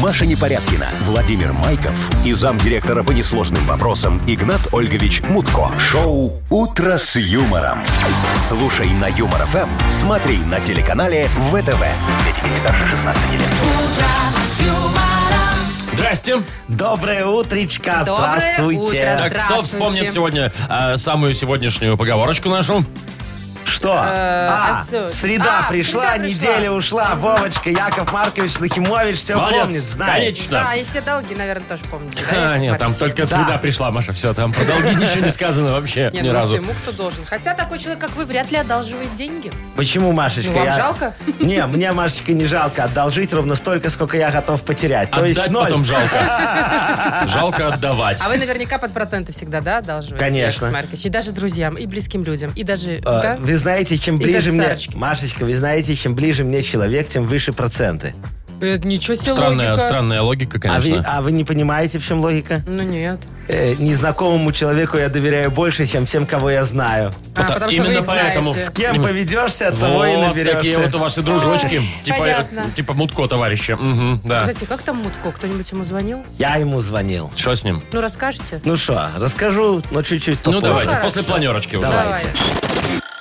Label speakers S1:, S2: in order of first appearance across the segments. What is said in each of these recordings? S1: Маша Непорядкина, Владимир Майков и замдиректора по несложным вопросам Игнат Ольгович Мутко. Шоу «Утро с юмором». Слушай на Юмор ФМ, смотри на телеканале ВТВ. Для детей старше 16 лет.
S2: Здрасте.
S3: Доброе утречко,
S4: Доброе
S3: здравствуйте.
S4: утро.
S2: Так, кто
S4: Здравствуйте.
S2: вспомнит сегодня э, самую сегодняшнюю поговорочку нашу?
S3: Что? а,
S4: отсюда.
S3: среда
S4: Э, А,
S3: пришла,
S4: среда пришла.
S3: неделя ушла. Вовочка, Яков Маркович Нахимович все
S2: Молодец.
S3: помнит, знает.
S2: Конечно.
S4: Да, и все долги, наверное, тоже помните. Э, да,
S2: А,
S4: Яков
S2: нет, там
S4: Маркович?
S2: только среда пришла, Маша. Все, там про долги ничего не сказано вообще
S4: Нет,
S2: ни
S4: ну что,
S2: разу.
S4: ему кто должен. Хотя такой человек, как вы, вряд ли одалживает деньги.
S3: Почему, Машечка?
S4: Ну, вам
S3: я-
S4: жалко?
S3: Не, мне, Машечка, не жалко. Одолжить ровно столько, сколько я готов потерять. То есть
S2: Отдать
S3: ноль.
S2: потом жалко. Жалко отдавать.
S4: А вы наверняка под проценты всегда, да, одалживаете?
S3: Конечно.
S4: Яков Маркович? И даже друзьям, и близким людям, и даже...
S3: Э,
S4: да?
S3: Вы знаете, чем
S4: И
S3: ближе
S4: даже
S3: мне...
S4: Сарочке.
S3: Машечка, вы знаете, чем ближе мне человек, тем выше проценты.
S4: Э, ничего себе
S2: Странная,
S4: логика.
S2: странная логика,
S3: А вы,
S2: конечно.
S3: а вы не понимаете, в чем логика?
S4: Ну нет.
S3: Э, незнакомому человеку я доверяю больше, чем всем, кого я знаю.
S4: А,
S2: Пота-
S4: потому что вы
S2: Именно
S4: их
S2: поэтому.
S4: знаете.
S3: С кем поведешься, от того и
S2: Вот
S3: наберешься.
S2: такие вот ваши дружочки. Типа,
S4: понятно.
S2: э, типа Мутко, товарища. Мгм, да.
S4: Кстати, как там Мутко? Кто-нибудь ему звонил?
S3: Я ему звонил.
S2: Что с ним?
S4: Ну, расскажете?
S3: Ну что, расскажу, но чуть-чуть
S2: Ну,
S3: попозже.
S2: давайте,
S4: хорошо.
S2: после планерочки уже.
S3: Давайте.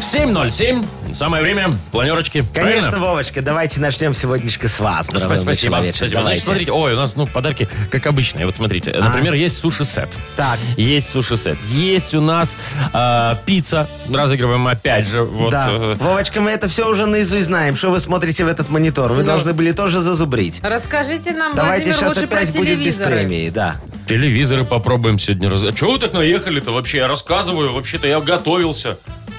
S2: 7.07. Самое время планерочки.
S3: Конечно,
S2: Правильно?
S3: Вовочка, давайте начнем сегодняшненько с вас.
S2: Сп-
S3: дорогой
S2: Спасибо.
S3: человечек.
S2: Спасибо. Значит,
S3: Давайте.
S2: смотрите, ой, у нас ну подарки как обычные. Вот смотрите, например, есть суши-сет.
S3: Так.
S2: Есть суши-сет. Есть у нас э, пицца. Разыгрываем опять же. Вот,
S3: да.
S2: э,
S3: Вовочка, мы это все уже наизусть знаем. Что вы смотрите в этот монитор?
S2: Ну.
S3: Вы должны были тоже зазубрить.
S4: Расскажите нам,
S3: Давайте
S4: Владимир,
S3: сейчас
S4: лучше про
S3: опять будет без
S4: телевизоры.
S3: премии, да.
S2: телевизоры попробуем сегодня. Раз... А чего вы так наехали-то вообще? Я рассказываю. Вообще-то я готовился.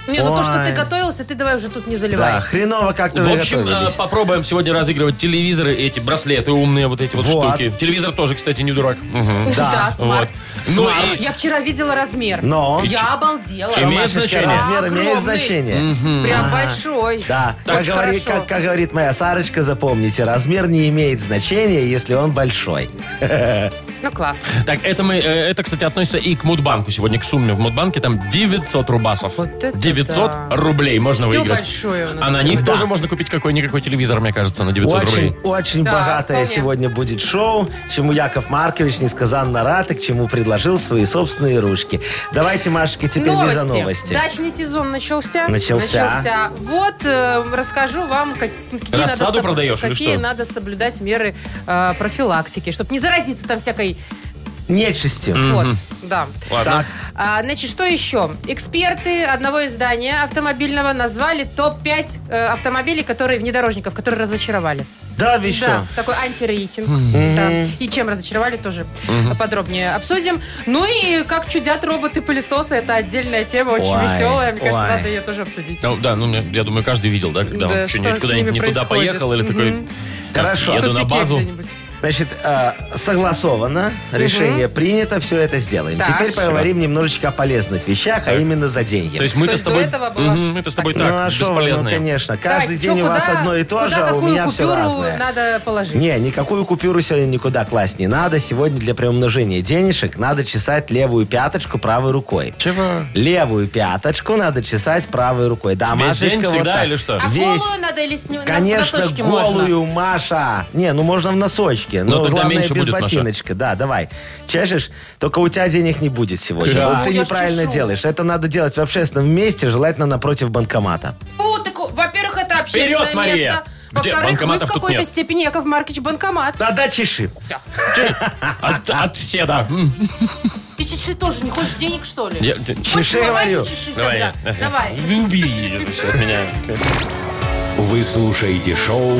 S4: Не, ну то, что ты
S3: Ой.
S4: готовился, ты давай уже тут не заливай.
S3: Да, хреново как-то
S2: В общем, э,
S3: заготовились.
S2: попробуем сегодня разыгрывать телевизоры, эти браслеты умные, вот эти вот,
S3: Вот.
S2: штуки. Телевизор тоже, кстати, не дурак. Мгм.
S3: да,
S4: смарт.
S2: Вот. Ну и-
S4: Я вчера видела размер.
S3: Но-
S4: Я обалдела.
S2: Имеет
S3: Машечка,
S2: значение?
S3: размер имеет
S4: Огромный.
S3: значение.
S4: Прям большой.
S3: Да, как,
S4: Очень
S3: говорит,
S4: хорошо.
S3: как, как говорит моя Сарочка, запомните, размер не имеет значения, если он большой.
S4: Ну, класс.
S2: Так, это, мы, э, это, кстати, относится и к Мудбанку. Сегодня к сумме в Мудбанке там 900 рубасов.
S4: Вот это
S2: 900
S4: да.
S2: рублей можно
S4: Все
S2: выиграть.
S4: большое у нас.
S2: А на них
S3: Да.
S2: тоже можно купить какой-никакой телевизор, мне кажется, на 900
S3: Очень,
S2: рублей.
S3: очень
S4: Да,
S3: богатое
S4: вполне.
S3: сегодня будет шоу, чему Яков Маркович несказанно рад и к чему предложил свои собственные ручки. Давайте, Машечка, теперь вы за новости.
S4: Дачный сезон начался.
S3: Начался.
S4: Начался. Вот э, расскажу вам, как- какие,
S2: Рассаду
S4: надо, соб-
S2: продаешь или
S4: какие
S2: что?
S4: надо соблюдать меры э, профилактики, чтобы не заразиться там всякой...
S3: Нечистью.
S4: Вот, да.
S2: Ладно.
S3: Так,
S4: А, значит, что еще? Эксперты одного издания автомобильного назвали топ-5 э, автомобилей, которые внедорожников, которые разочаровали.
S3: да, вы что?
S4: Да, такой антирейтинг. Да. И чем разочаровали, тоже подробнее обсудим. Ну и как чудят роботы-пылесосы, это отдельная тема, очень
S3: Ой,
S4: веселая. Мне кажется,
S3: ой.
S4: надо ее тоже обсудить.
S2: Ну, да, ну, мне- я думаю, каждый видел, да, когда
S4: Да,
S2: он
S4: что
S2: что-нибудь
S4: с
S2: куда-нибудь
S4: ними
S2: не туда
S4: происходит.
S2: поехал или такой...
S4: Мгм.
S2: так,
S3: Хорошо.
S2: Еду на
S4: тупике
S2: базу.
S4: где-нибудь.
S3: Значит, э, согласовано, решение принято, все это сделаем.
S4: Так.
S3: Теперь поговорим немножко о полезных вещах, а именно за деньги.
S2: То есть мы-то
S4: То
S2: с
S4: есть до
S2: тобой...
S4: этого была-
S2: Мгм, мы-то с тобой
S3: ну, а
S2: так,
S3: шо вы, ну,
S2: бесполезные.
S3: конечно, каждый
S4: Давайте,
S3: день
S4: чё,
S3: у вас
S4: куда-
S3: одно и то
S4: куда
S3: же, а у
S4: какую
S3: меня все
S4: купюру
S3: разное.
S4: надо положить?
S3: Не, никакую купюру сегодня никуда класть не надо. Сегодня для приумножения денежек надо чесать левую пяточку правой рукой.
S2: Чего?
S3: Левую пяточку надо чесать правой рукой. Да,
S2: Весь
S3: Машечка,
S2: день
S3: вот
S2: всегда
S3: так.
S2: или что?
S4: А
S3: Весь-
S4: голую надо или с ним?
S3: Конечно, голую, Маша. Не, ну можно в носочке.
S2: Но
S3: Но,
S2: тогда
S3: главное,
S2: меньше
S3: без
S2: будет, Маша.
S3: ботиночка. Да, давай. Чешешь, только у тебя денег не будет сегодня.
S2: Да.
S3: Вот ты
S4: Я ж
S3: неправильно
S4: чешу.
S3: делаешь. Это надо делать в общественном месте, желательно напротив банкомата.
S4: Фу, Ну, так, во-первых, это общественное
S2: Вперед, Мария!
S4: место.
S2: Где?
S4: Во-вторых, вы в
S2: Банкоматов тут
S4: какой-то
S2: нет.
S4: степени, Яков Маркович, банкомат.
S3: Тогда чеши.
S4: Все.
S2: От, от седа. М.
S4: И чеши тоже. Не хочешь денег, что ли?
S2: Я-
S4: Хочешь
S3: Чеши,
S4: воровать,
S3: говорю.
S4: чеши
S2: Давай.
S4: тогда. Давай.
S2: Люби ее всё от меня.
S1: Вы слушаете шоу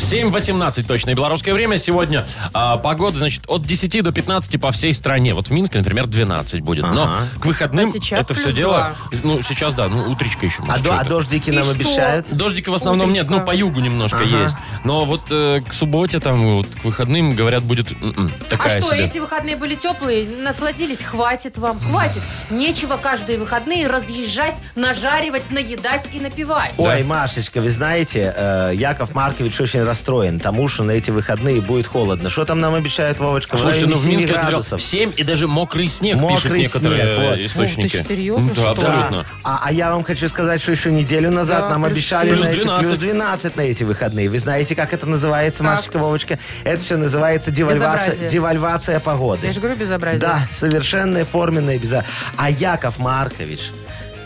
S2: 7.18 точное белорусское время. Сегодня а, погода, значит, от 10 до 15 по всей стране. Вот в Минске, например, 12 будет. Но к выходным
S4: А сейчас
S2: это
S4: плюс
S2: все дело... Ну, сейчас, да, ну, утречка еще.
S3: А,
S2: может,
S3: до- а
S2: что-то.
S3: дождики
S4: И
S3: нам
S4: что?
S3: обещают?
S2: Дождика в основном
S4: Утречка.
S2: нет, ну, по югу немножко
S3: Ага.
S2: есть. Но вот э, к субботе, там, вот к выходным, говорят, будет м-м,
S4: А
S2: такая
S4: что,
S2: себе.
S4: эти выходные были теплые, насладились, хватит вам, хватит. Нечего каждые выходные разъезжать, нажаривать, наедать и напивать.
S3: Ой, Машечка, вы знаете, э, Яков Маркович очень расстроен тому, что на эти выходные будет холодно. Что там нам обещают, Вовочка? В
S2: Слушайте,
S3: районе
S2: ну в
S3: 7
S2: Минске например,
S3: градусов.
S2: 7 и даже мокрый снег пишут
S3: Мокрый
S2: некоторые
S3: снег, вот.
S2: э, источники.
S4: Ух ты, серьезно,
S2: Да,
S4: что ли?
S2: абсолютно.
S3: А, а я вам хочу сказать, что еще неделю назад
S4: Да,
S3: нам
S4: плюс
S3: обещали
S2: семь.
S3: на
S2: Плюс
S3: эти-
S2: 12.
S3: плюс 12 на эти выходные. Вы знаете, как это называется,
S4: Как?
S3: Машечка, Вовочка? Это все называется девальвация,
S4: Безобразие.
S3: девальвация погоды.
S4: Я же говорю, безобразие.
S3: Да, совершенное форменное безобразие. А Яков Маркович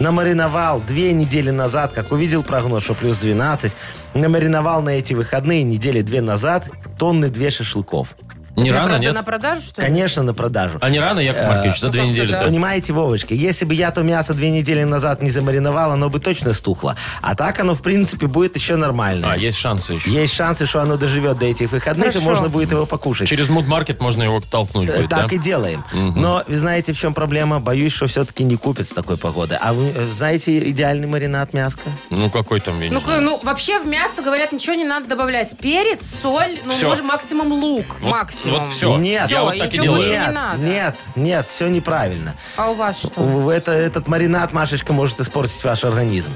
S3: намариновал две недели назад, как увидел прогноз, что плюс 12, намариновал на эти выходные недели две назад тонны две шашлыков.
S2: Не
S4: На
S2: рано,
S4: прода-
S2: нет?
S4: На продажу, что ли?
S3: Конечно, на продажу.
S2: А не рано,
S3: Э,
S2: Яков Маркович, за
S4: ну,
S2: две
S4: как-то
S2: недели.
S4: да.
S3: Понимаете, Вовочка, если бы я то мясо две недели назад не замариновал, оно бы точно стухло. А так оно, в принципе, будет еще нормально.
S2: А, есть шансы еще.
S3: Есть шансы, что оно доживет до этих выходных, и
S4: Хорошо.
S3: можно будет его покушать.
S2: Через мудмаркет можно его толкнуть
S3: Э,
S2: будет,
S3: Так
S2: да?
S3: и делаем. Но вы знаете, в чем проблема? Боюсь, что все-таки не купят с такой погоды. А вы э, знаете идеальный маринад мяска?
S2: Ну, какой там, я не
S4: Ну,
S2: знаю.
S4: к- ну, вообще в мясо, говорят, ничего не надо добавлять. Перец, соль, ну,
S2: Всё.
S4: может, максимум лук.
S2: Вот-
S4: максимум.
S2: вот всё.
S3: Нет.
S2: я
S3: Всё,
S2: вот так и
S4: ничего
S2: делаю.
S4: больше не
S3: нет,
S4: надо.
S3: нет, нет, все неправильно.
S4: А у вас что?
S3: У- Это, этот маринад, Машечка, может испортить ваш организм.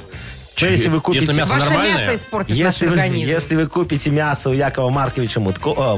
S3: Что если вы купите...
S2: Если мясо
S4: Ваше
S2: нормальное?
S4: мясо испортит наш
S3: Если вы,
S4: организм.
S3: если вы купите мясо у Якова Марковича Мутко, о,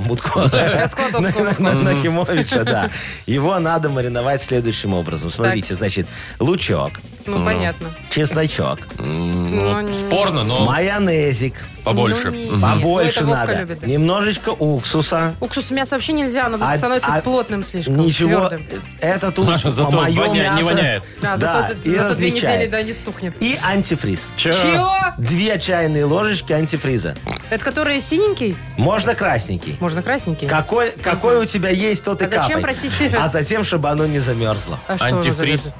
S3: Мутко,
S4: Складовского
S3: На-
S4: Мутко.
S3: на- на- Нахимовича, да, его надо мариновать следующим образом. Смотрите, значит, лучок,
S4: Ну, понятно.
S3: чесночок,
S2: Ну,
S4: ну,
S2: спорно, но
S3: майонезик,
S2: побольше.
S4: Ну, не-
S2: Мгм.
S3: побольше
S4: Ну, это Вовка
S3: надо,
S4: любит, да.
S3: немножечко уксуса.
S4: Уксус мяса вообще нельзя, оно
S3: а-
S4: становится
S3: а-
S4: плотным слишком,
S3: Ничего,
S4: твердым.
S3: это тут
S2: Маша, зато
S3: мое
S2: воня- не
S3: мясо.
S2: воняет.
S4: Да, зато,
S3: и
S4: зато две
S3: размельчает.
S4: недели, да, не стухнет.
S3: И антифриз.
S2: Чё?
S4: Чего?
S3: Две чайные ложечки антифриза.
S4: Это который синенький?
S3: Можно красненький.
S4: Можно красненький.
S3: Какой, какой у тебя есть, тот и
S4: А зачем,
S3: капай.
S4: простите?
S3: А затем, чтобы оно не замерзло.
S4: А что
S2: Антифриз.
S4: вы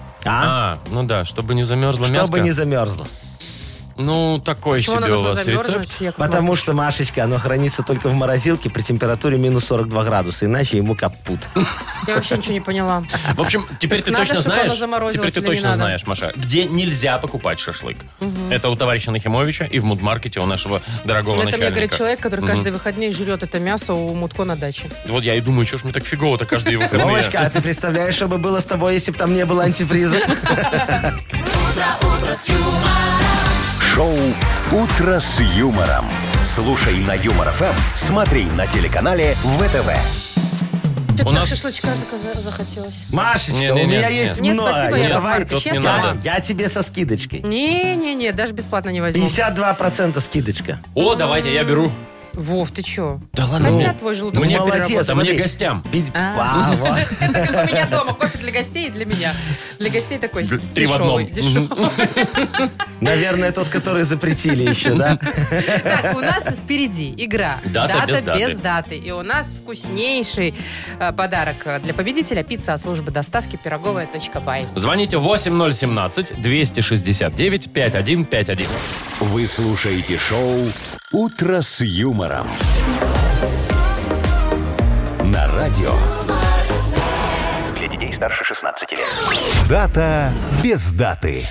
S2: А,
S3: А?
S2: ну да, чтобы не замерзло
S3: Чтобы
S2: мяско.
S3: не замерзло.
S2: Ну, такой
S4: Чего она
S2: себе у
S4: должна
S2: вас
S4: замерзнуть,
S2: рецепт.
S4: Яков
S3: Потому
S4: Маркович?
S3: что, Машечка, оно хранится только в морозилке при температуре минус 42 градуса, иначе ему капут.
S4: Я вообще ничего не поняла.
S2: В общем, теперь
S4: Так
S2: ты
S4: надо,
S2: точно
S4: чтобы оно
S2: знаешь,
S4: заморозилось
S2: теперь ты
S4: или не
S2: точно
S4: надо?
S2: знаешь, Маша, где нельзя покупать шашлык. Это у товарища Нахимовича и в мудмаркете у нашего дорогого
S4: Ну, Это
S2: начальника.
S4: мне говорит человек, который каждые выходные жрет это мясо у Мутко на даче.
S2: Вот я и думаю, что ж мне так фигово-то каждые выходные.
S3: Вовочка, а ты представляешь, что бы было с тобой, если бы там не было антифриза?
S1: Шоу «Утро с юмором». Слушай на Юмор ФМ, смотри на телеканале ВТВ.
S4: Что-то
S2: У
S4: так
S2: нас-
S4: шашлычка заказа- захотелось.
S3: Машечка,
S2: Не-не-не,
S3: у меня
S2: нет.
S3: есть
S4: Нет,
S3: много.
S4: спасибо,
S3: Ну,
S4: Яков
S3: давай,
S4: Маркович,
S2: я
S3: я-
S2: сама.
S3: я тебе со скидочкой.
S4: Ну, Не-не-не, даже бесплатно не возьму.
S3: 52% скидочка.
S2: О, давайте, я беру.
S4: Вов, ты чё?
S2: Да
S3: Ну.
S2: ладно.
S4: Хотя
S2: мне.
S4: твой желудок.
S2: Мне
S3: Молодец,
S2: переработать, а мне
S3: смотри.
S2: гостям.
S3: Ведь-
S4: А.
S3: А, вот.
S4: Это как у меня дома. Кофе для гостей и для меня. Для гостей такой
S2: Г-
S4: дешевый.
S2: три в одном.
S4: дешевый.
S3: Наверное, тот, который запретили еще, да?
S4: Так, у нас впереди игра.
S2: Дата без даты.
S4: даты. И у нас вкуснейший э, подарок э, для победителя. Пицца от службы доставки пироговая.бай.
S2: Звоните 8017-269-5151.
S1: Вы слушаете шоу «Утро с юмором». На радио. Для детей старше 16 лет. Дата без даты.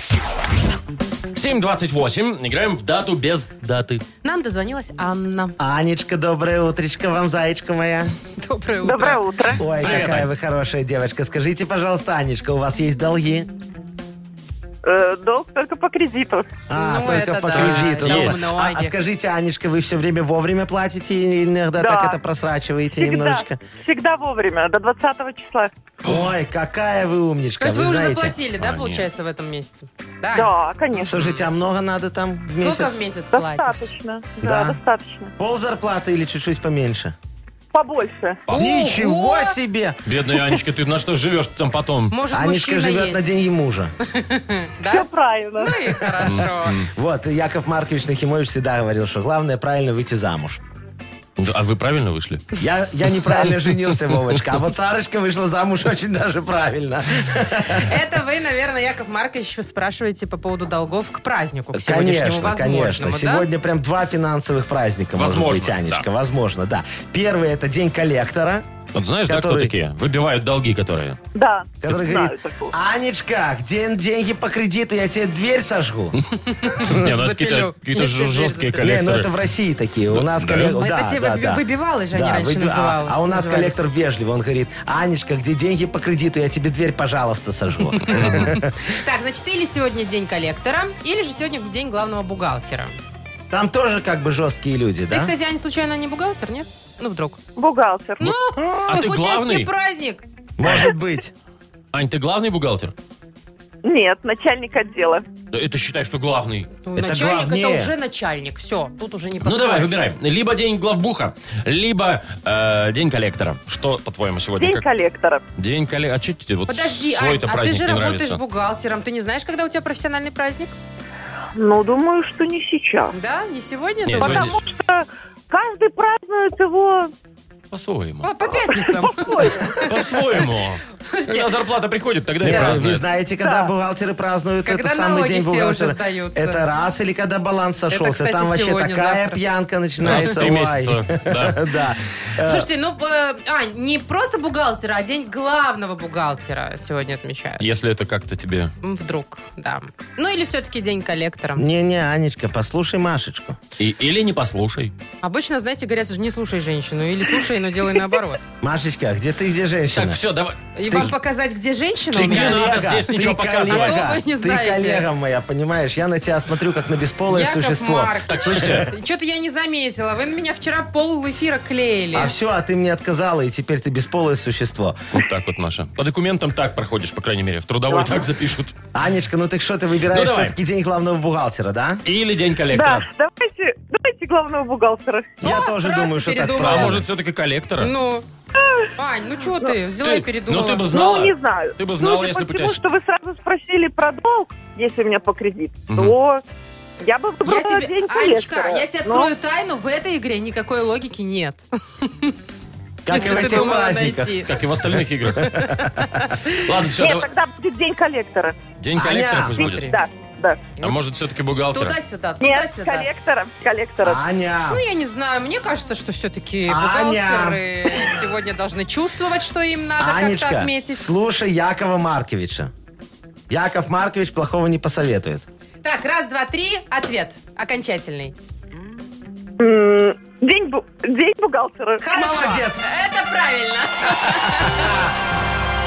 S2: 7.28. Играем в дату без даты.
S4: Нам дозвонилась Анна.
S3: Анечка, доброе утречко вам, заячка моя.
S4: Доброе утро.
S5: Доброе утро.
S3: Ой,
S2: Привет,
S3: какая
S2: Ань.
S3: вы хорошая девочка. Скажите, пожалуйста, Анечка, у вас есть долги?
S5: Э, долг только по кредиту.
S3: А,
S4: Ну,
S3: только
S4: это
S3: по
S4: да,
S2: это
S3: кредиту. Ну,
S2: есть.
S3: А, а скажите, Анечка, вы все время вовремя платите и иногда
S5: Да.
S3: так это просрачиваете
S5: Всегда,
S3: немножечко?
S5: всегда вовремя, до 20 числа.
S3: Ой, какая вы умничка.
S4: То есть вы уже
S3: знаете.
S4: заплатили,
S2: А,
S4: да,
S2: нет.
S4: получается, в этом месяце?
S5: Да, конечно.
S3: Слушайте, а много надо там в месяц?
S4: Сколько в месяц платишь?
S5: Достаточно.
S3: Да.
S5: Да, достаточно.
S3: Пол зарплаты или чуть-чуть поменьше?
S5: Побольше.
S2: Ого!
S3: Ничего себе!
S2: Бедная Анечка, ты на что живешь там потом?
S4: Может,
S3: Анечка
S4: мужчина
S3: живет
S4: есть?
S3: на деньги мужа.
S5: Все
S4: Да?
S5: правильно.
S4: Ну и хорошо.
S3: Вот, и Яков Маркович Нахимович всегда говорил, что главное правильно выйти замуж.
S2: А вы правильно вышли?
S3: Я, я неправильно женился, Вовочка. А вот Сарочка вышла замуж очень даже правильно.
S4: Это вы, наверное, Яков Маркович, вы спрашиваете по поводу долгов к празднику, к сегодняшнему
S3: Конечно, конечно.
S4: возможному, да?
S3: Сегодня прям два финансовых праздника,
S2: Возможно,
S3: может быть, Анечка.
S2: да.
S3: Возможно, да. Первый – это День коллектора.
S2: Вот знаешь, да, кто
S3: Который-
S2: такие? Выбивают долги, которые.
S5: Да.
S3: Который
S5: Знаю
S3: говорит,
S5: такого.
S3: Анечка, где деньги по кредиту, я тебе дверь сожгу.
S2: Не, ну это
S4: Запилю.
S2: какие-то какие-то
S4: Я
S2: ж-
S4: тебе
S2: жесткие
S4: дверь запилю.
S3: Не, ну это
S2: коллекторы.
S3: в России такие. У нас
S2: да?
S3: коллектор...
S4: Это
S3: Да,
S4: те
S3: да,
S4: вы-
S3: да.
S4: выбивалы же они
S3: Да,
S4: раньше
S3: выби- а-
S4: называлось-
S3: А у нас
S4: назывались.
S3: коллектор вежливый. Он говорит, Анечка, где деньги по кредиту, я тебе дверь, пожалуйста, сожгу.
S4: Так, значит, или сегодня день коллектора, или же сегодня день главного бухгалтера.
S3: Там тоже как бы жесткие люди,
S4: Ты,
S3: да?
S4: кстати, Аня, случайно не бухгалтер, нет? Ну, вдруг.
S5: Бухгалтер.
S4: Ну,
S2: А
S4: так
S2: ты
S4: у тебя
S2: главный?
S4: сегодня праздник.
S3: Может быть.
S2: Ань, ты главный бухгалтер?
S5: Нет, начальник отдела.
S2: Да Это считай, что главный.
S4: Ну,
S3: Это
S4: начальник,
S3: главнее.
S4: это уже начальник. Все, тут уже не
S2: Ну
S4: поспоришь.
S2: давай, выбирай. Либо день главбуха, либо э, день коллектора. Что, по-твоему, сегодня?
S5: День
S2: как?
S5: коллектора.
S2: День коллектора. А что тебе вот
S4: Подожди, Ань,
S2: свой-то
S4: а ты
S2: праздник
S4: же
S2: не
S4: работаешь
S2: нравится?
S4: бухгалтером. Ты не знаешь, когда у тебя профессиональный праздник?
S5: Ну, думаю, что не сейчас.
S4: Да? Не сегодня?
S2: Нет,
S4: но-
S2: сегодня-
S5: Потому что каждый празднует его
S2: По-своему.
S4: По, по пятницам.
S2: По-своему.
S4: Слушайте,
S2: Когда зарплата приходит, тогда и
S3: Не, вы не
S2: празднуют.
S3: знаете, когда
S5: Да.
S3: бухгалтеры празднуют
S4: Когда
S3: этот самый
S4: налоги
S3: день
S4: все
S3: бухгалтера.
S4: уже сдаются.
S3: Это раз, или когда баланс сошелся.
S4: кстати,
S3: Там вообще
S4: сегодня,
S3: такая
S4: завтра.
S3: пьянка
S2: Раз в
S3: начинается.
S2: три
S3: ой.
S2: месяца. э, Да.
S3: Да.
S4: Слушайте, ну, э, Ань, не просто бухгалтера, а день главного бухгалтера сегодня отмечают.
S2: Если это как-то тебе...
S4: М, Вдруг, да. Ну или все-таки день коллектора.
S3: Не-не, Анечка, послушай Машечку.
S2: И- или не послушай.
S4: Обычно, знаете, говорят, не слушай женщину. Или слушай, но делай наоборот.
S3: Машечка, где ты, где женщина?
S2: Так, все, давай.
S4: И вам показать, где женщина
S2: Ты
S4: у меня?
S2: не надо
S3: Коллега,
S2: здесь
S3: ты
S2: ничего показывать.
S3: коллега,
S4: А то вы не
S3: ты
S4: знаете.
S3: коллега моя, понимаешь? Я на тебя смотрю, как на бесполое
S4: Яков
S3: существо.
S4: Маркович.
S2: Так, слышите?
S4: Что-то я не заметила. Вы на меня вчера пол эфира клеили.
S3: А все, а ты мне отказала, и теперь ты бесполое существо.
S2: Вот так вот, Маша. По документам так проходишь, по крайней мере. В трудовой так запишут.
S3: Анечка, ну так что ты выбираешь
S2: Ну, давай.
S3: все-таки день главного бухгалтера, да?
S2: Или день
S5: Да,
S2: коллектора.
S5: давайте, давайте главного бухгалтера.
S3: Я
S4: О,
S3: тоже
S4: раз и
S3: думаю, что так
S4: передумала.
S2: А
S3: правильно.
S2: может, все-таки коллектора?
S4: Ну, Ань, ну что ты? Взяла и
S2: Ты-
S4: передумала.
S2: Ну, ты бы знала.
S5: Ну, не знаю.
S2: Ты бы знала,
S5: Судя
S2: если бы
S5: по
S2: у тебя...
S5: всему, что вы сразу спросили про долг, если у меня по кредит,
S2: Мгм.
S5: то я бы выбрала
S4: Я тебе,
S5: день
S4: Анечка,
S5: коллектора. Ну,
S4: я тебе
S5: Но
S4: открою тайну, в этой игре никакой логики нет.
S3: Как и
S4: Если
S3: в
S4: ты
S3: этих
S4: думала
S3: праздниках.
S4: найти.
S2: Как и в остальных играх. Ладно, все,
S5: Нет, тогда будет день коллектора.
S2: День
S3: Аня,
S2: коллектора пусть
S4: смотри.
S2: будет.
S5: Да, да.
S2: А может, все-таки бухгалтера?
S4: Туда-сюда,
S5: Нет,
S4: Ну, туда-сюда.
S5: коллектора, коллектора.
S2: А.
S3: Аня,
S4: Ну, я не знаю, мне кажется, что все-таки
S3: Аня!
S4: бухгалтеры сегодня должны чувствовать, что им надо как-то
S3: Анечка,
S4: отметить.
S3: слушай Якова Марковича. Яков Маркович плохого не посоветует.
S4: Так, раз, два, три, ответ окончательный.
S5: М, День, бу- день бухгалтера.
S4: Хорошо.
S3: Молодец.
S4: Это правильно.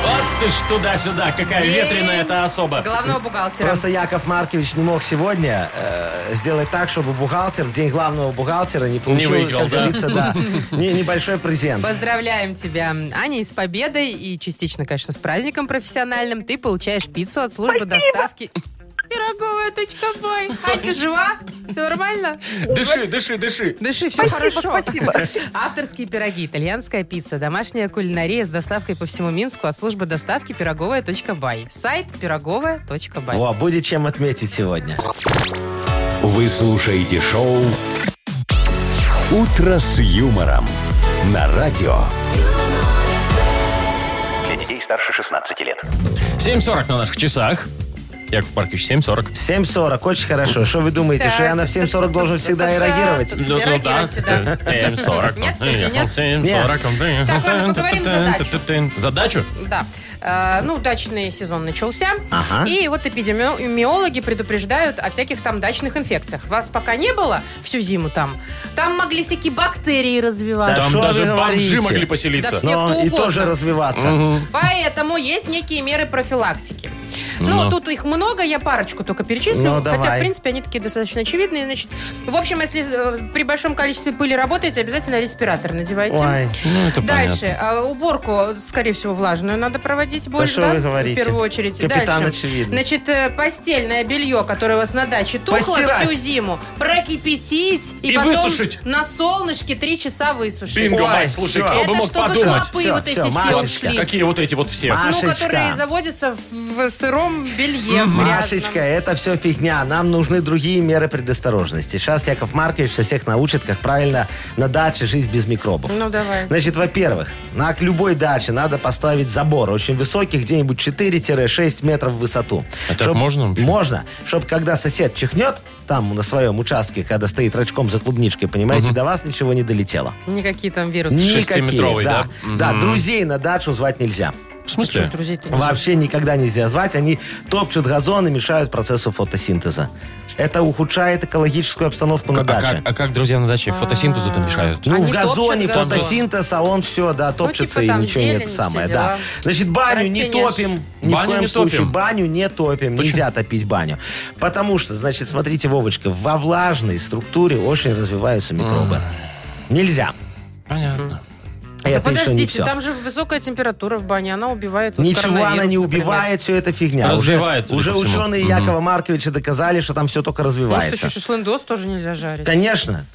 S2: Вот ты ж туда-сюда, какая
S4: День
S2: ветреная эта особа.
S4: Главного бухгалтера.
S3: Просто Яков Маркович не мог сегодня э, сделать так, чтобы бухгалтер в день главного бухгалтера не получил,
S2: выиграл,
S3: как
S2: да.
S3: говорится, да, не- небольшой презент.
S4: Поздравляем тебя, Аня, и с победой и частично, конечно, с праздником профессиональным. Ты получаешь пиццу от службы доставки. Пироговая точка бой. Ань, ты жива? Все нормально?
S2: Дыши, дыши, дыши.
S4: Дыши, все хорошо. Авторские пироги, итальянская пицца, домашняя кулинария с доставкой по всему Минску от службы доставки пироговая.бай. Сайт пироговая.бай.
S3: О, будет чем отметить сегодня.
S1: Вы слушаете шоу «Утро с юмором» на радио.
S6: Для детей старше 16 лет.
S2: 7.40 на наших часах. Яков Маркович, 7.40.
S3: 7.40, очень хорошо. Что вы думаете, что я на 7.40 должен всегда и реагировать?
S4: Ну, ну да.
S2: 7.40.
S4: Нет, сегодня нет.
S2: 7.40.
S4: Так, ладно, поговорим
S2: задачу. Задачу?
S4: Да. Э, Ну, дачный сезон начался.
S3: Ага.
S4: И вот эпидемиологи предупреждают о всяких там дачных инфекциях. Вас пока не было всю зиму там. Там могли всякие бактерии развиваться.
S3: Да
S2: Там
S3: что
S2: даже
S3: вы
S2: бомжи
S3: говорите?
S2: могли
S4: Да
S2: поселиться.
S4: все. кто
S3: Но и
S4: угодно.
S3: тоже развиваться.
S4: Поэтому есть некие меры профилактики.
S2: Ну.
S4: Ну, тут их много, я парочку только перечислю.
S3: Ну,
S4: Хотя,
S3: давай.
S4: в принципе, они такие достаточно очевидные. Значит, в общем, если э, при большом количестве пыли работаете, обязательно респиратор надевайте.
S3: Ой,
S2: Ну, это
S4: Дальше. а, уборку, скорее всего, влажную надо проводить больше,
S3: что
S4: да?
S3: вы говорите?
S4: В первую очередь.
S3: Капитан
S4: Дальше.
S3: очевидность.
S4: Значит, э, постельное белье, которое у вас на даче тухло
S3: Постирать.
S4: всю зиму, прокипятить и,
S2: И
S4: потом
S2: высушить.
S4: на солнышке три часа высушить.
S2: Бинго,
S3: Ой,
S2: Мать, слушай,
S3: всё.
S2: кто
S4: Это
S2: бы мог
S4: чтобы
S2: подумать. А
S4: шалопы
S3: Всё,
S4: вот
S3: всё,
S4: эти все
S3: Машечка,
S4: ушли.
S2: Какие вот эти вот все.
S3: Маш-
S4: Ну,
S3: Машечка.
S4: которые заводятся в сыром чужом белье в
S3: Машечка,
S4: грязном.
S3: это все фигня. Нам нужны другие меры предосторожности. Сейчас Яков Маркович со всех научит, как правильно на даче жить без микробов.
S4: Ну, давай.
S3: Значит, во-первых, на к любой даче надо поставить забор очень высокий, где-нибудь 4-6 метров в высоту.
S2: А так можно вообще?
S3: Можно. Чтобы когда сосед чихнет там на своем участке, когда стоит рачком за клубничкой, понимаете, до вас ничего не долетело.
S4: Никакие там вирусы.
S2: Шестиметровый,
S3: Никакие, да.
S2: да? Мгм.
S3: Да, друзей на дачу звать нельзя.
S2: В смысле?
S4: Друзей-то нет.
S3: Вообще никогда нельзя звать. Они топчут газон и мешают процессу фотосинтеза. Это ухудшает экологическую обстановку на
S2: А
S3: даче.
S2: как, а как друзья на даче фотосинтезу там мешают?
S3: Ну,
S4: Они
S3: в газоне
S4: топчут газон.
S3: фотосинтез, а он все, да, топчется
S4: типа там
S3: и ничего
S4: зелень,
S3: нет
S4: все
S3: самое,
S4: дела.
S3: да. Значит, баню не
S4: Растения ж-
S3: топим, ни
S2: Баню
S3: в коем
S2: не
S3: случае.
S2: топим?
S3: Баню не топим, нельзя топить баню. Потому что, значит, смотрите, Вовочка, во влажной структуре очень развиваются микробы. Нельзя.
S2: Понятно.
S3: Это еще не
S4: Подождите,
S3: все.
S4: там же высокая температура в бане, она убивает вот
S3: Ничего она
S4: коронавирус,
S3: не
S4: например.
S3: убивает, все это фигня.
S2: Развивает, судя
S3: Уже,
S2: по
S3: уже
S2: всему.
S3: ученые Якова Марковича доказали, что там все только
S4: Может,
S3: развивается.
S4: еще шашлындос тоже нельзя жарить.
S3: Конечно.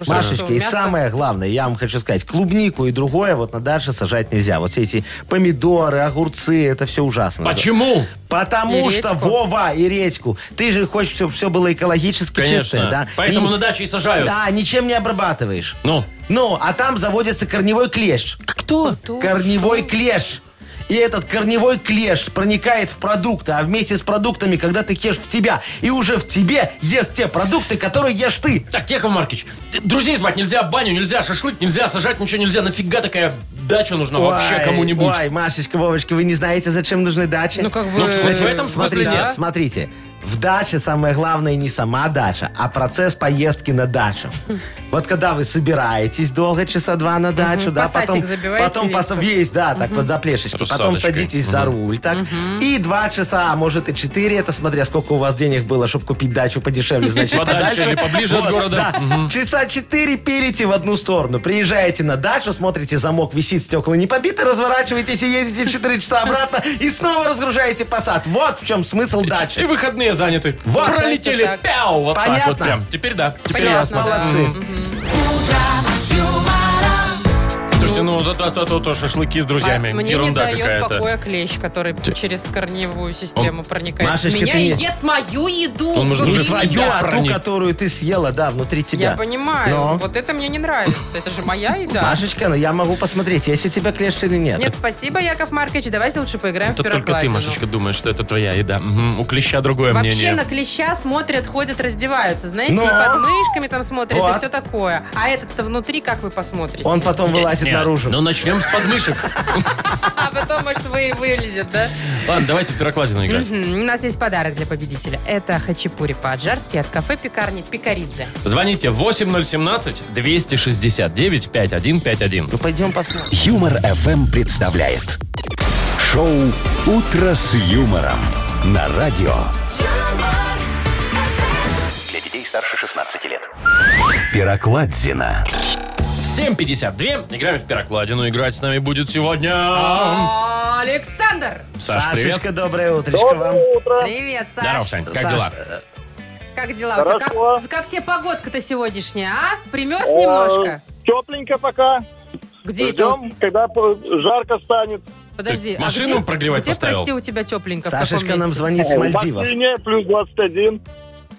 S4: Что,
S3: Машечка,
S4: что,
S3: и
S4: мясо?
S3: самое главное, я вам хочу сказать, клубнику и другое вот на дальше сажать нельзя. Вот все эти помидоры, огурцы, это все ужасно.
S2: А Почему?
S3: Потому
S4: И
S3: что,
S4: редьку.
S3: Вова, и редьку, ты же хочешь, чтобы все было экологически
S2: Конечно.
S3: чистое, да?
S2: Поэтому
S3: Ни-
S2: на даче и сажают.
S3: Да, ничем не обрабатываешь.
S2: Ну,
S3: Ну, а там заводится корневой клещ.
S2: кто?
S3: Корневой клеш. И этот корневой клеш проникает в продукты, а вместе с продуктами, когда ты ешь в тебя, и уже в тебе ест те продукты, которые ешь ты.
S2: Так, Яков Маркич, ты- друзей звать нельзя, баню нельзя, шашлык нельзя, сажать ничего нельзя. Нафига такая дача нужна А вообще
S3: Ой,
S2: кому-нибудь?
S3: Ой, Машечка, Вовочка, вы не знаете, зачем нужны дачи?
S4: Ну, как бы...
S2: Ну, вот в этом смысле
S3: смотрите,
S4: да.
S2: нет.
S3: смотрите. В даче самое главное не сама дача, а процесс поездки на дачу. Вот когда вы собираетесь долго, часа два на дачу, да,
S4: пассатик
S3: потом,
S4: забиваете
S3: потом
S4: весь
S3: пос- весь, да, так вот за плешечки, потом
S2: Рассадочкой.
S3: садитесь за руль, так, и два часа, а может и четыре, это смотря сколько у вас денег было, чтобы купить дачу подешевле, значит,
S2: Подальше или поближе от
S3: Вот,
S2: города.
S3: да. Часа четыре пилите в одну сторону, приезжаете на дачу, смотрите, замок висит, стекла не побиты, разворачиваетесь и едете четыре часа обратно, и снова разгружаете посад. Вот в чем смысл
S2: И
S3: дачи.
S2: выходные заняты.
S3: Вот.
S2: Пролетели.
S4: Так.
S2: Пяу, вот так
S3: Понятно.
S2: вот прям. Теперь да. Теперь
S4: Понятно,
S2: ясно.
S4: да.
S3: Молодцы.
S2: Слушайте, ну то, то, то, то, то шашлыки с друзьями.
S4: А Мне не
S2: Ерунда
S4: дает
S2: какая-то.
S4: покоя клещ, который через корневую систему проникает.
S3: Машечка,
S4: Меня
S3: ты не-
S4: и ест мою еду.
S2: Он, может,
S4: внутри
S2: уже в
S4: меня.
S2: тебя
S3: Твою, а ту,
S2: проник.
S3: которую ты съела, да, внутри тебя.
S4: Я понимаю.
S3: Но.
S4: Вот это мне не нравится. Это же моя еда.
S3: Машечка, ну я могу посмотреть, есть у тебя клещ или нет.
S4: Нет, спасибо, Яков Маркович. Давайте лучше поиграем
S2: Это
S4: в
S2: только ты,
S4: пирокладину.
S2: Машечка, думаешь, что это твоя еда. Мгм, У клеща другое
S4: Вообще
S2: мнение.
S4: на клеща смотрят, ходят, раздеваются. Знаете,
S3: Ну?
S4: и под мышками там смотрят,
S3: Вот.
S4: и все такое. А этот-то внутри, как вы посмотрите?
S3: Он потом вылазит
S2: Нет,
S3: наружу.
S2: Ну, начнем с подмышек.
S4: А потом, может, вы и вылезет, да?
S2: Ладно, давайте в пирокладину играть.
S4: Мгм. У нас есть подарок для победителя. Это хачапури по-аджарски от кафе-пекарни Пикаридзе.
S2: Звоните 8017-269-5151.
S3: Ну пойдем посмотрим.
S1: Юмор FM представляет шоу Утро с юмором на радио
S6: Для детей старше 16 лет.
S1: Пирокладзина.
S2: 7.52. Играем в пирокладину. Играть с нами будет сегодня...
S4: А.
S2: А.
S4: Александр!
S2: Саш, привет.
S3: Сашечка, доброе утречко вам.
S4: Привет,
S2: Здорово,
S4: Саш.
S2: Сань. Как
S3: Саш,
S2: дела?
S3: э,
S4: Как дела? У тебя
S5: Хорошо.
S4: Как, как тебе погодка-то сегодняшняя, а? Примерз немножко?
S3: А,
S5: Тепленько пока.
S4: Где это?
S5: Ждем, когда по- жарко станет.
S4: Подожди.
S2: Ты машину
S4: а где,
S2: прогревать
S4: где,
S2: поставил?
S4: прости, у тебя тепленько? в каком
S3: Сашечка нам
S4: месте?
S3: звонит с
S5: В
S3: Мальдивов.
S5: машине плюс 21.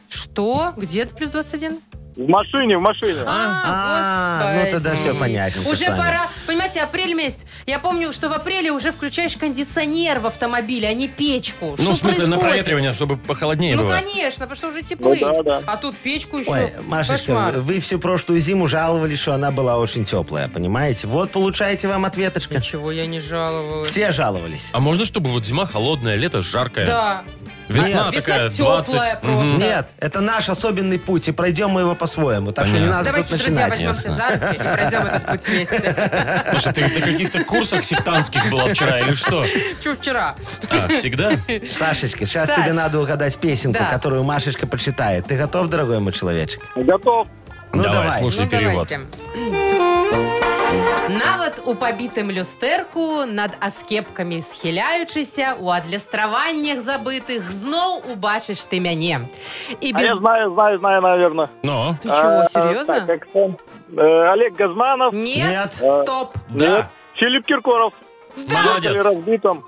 S4: Что? Где это плюс 21?
S5: В машине, в машине.
S4: А,
S3: А, ну
S4: господи.
S3: тогда всё понятненько
S4: Уже
S3: с вами.
S4: пора, понимаете, апрель месяц. Я помню, что в апреле уже включаешь кондиционер в автомобиле, а не печку.
S2: Ну,
S4: что
S2: в смысле, на
S4: происходит?
S2: проветривание, чтобы похолоднее
S4: Ну,
S2: было.
S4: конечно, потому что уже теплые.
S5: Ну, да, да.
S4: А тут печку еще.
S3: Ой, Машечка,
S4: Кошмар.
S3: вы всю прошлую зиму жаловались, что она была очень теплая, понимаете? Вот получаете вам ответочка.
S4: Ничего, я не жаловалась.
S3: Все жаловались.
S2: А можно, чтобы вот зима холодная, лето жаркое?
S4: Да.
S2: Весна
S4: Нет.
S2: такая,
S4: Весна теплая
S2: 20.
S4: просто.
S2: Мгм.
S4: Да.
S3: Нет, это наш особенный путь, и пройдем мы его по-своему. Так что не
S2: Понятно.
S3: надо
S4: Давайте,
S3: тут
S4: друзья,
S3: начинать.
S4: возьмемся за руки и пройдем этот путь вместе.
S2: Слушай, ты на каких-то курсах сектантских была вчера или что?
S4: Чего вчера?
S2: А, всегда?
S3: Сашечка, сейчас
S4: Саш.
S3: тебе надо угадать песенку,
S4: Да.
S3: которую Машечка почитает. Ты готов, дорогой мой человечек?
S5: Готов.
S3: Ну
S2: Давай,
S3: давай.
S2: слушай
S4: Ну,
S2: перевод.
S4: давайте. Навод у побитым люстерку, над аскепками схиляючися, у адлестраваннях забитых, знов убачишь ты мяне. И
S5: А я А,
S4: без...
S5: знаю, знаю, знаю, наверное.
S2: Ну,
S4: Ты чего, серьезно?
S7: эм, э,
S5: Олег Газманов.
S4: Нет,
S3: Нет.
S4: стоп.
S2: да.
S5: Филипп Киркоров.
S2: Молодец.
S5: разбитом.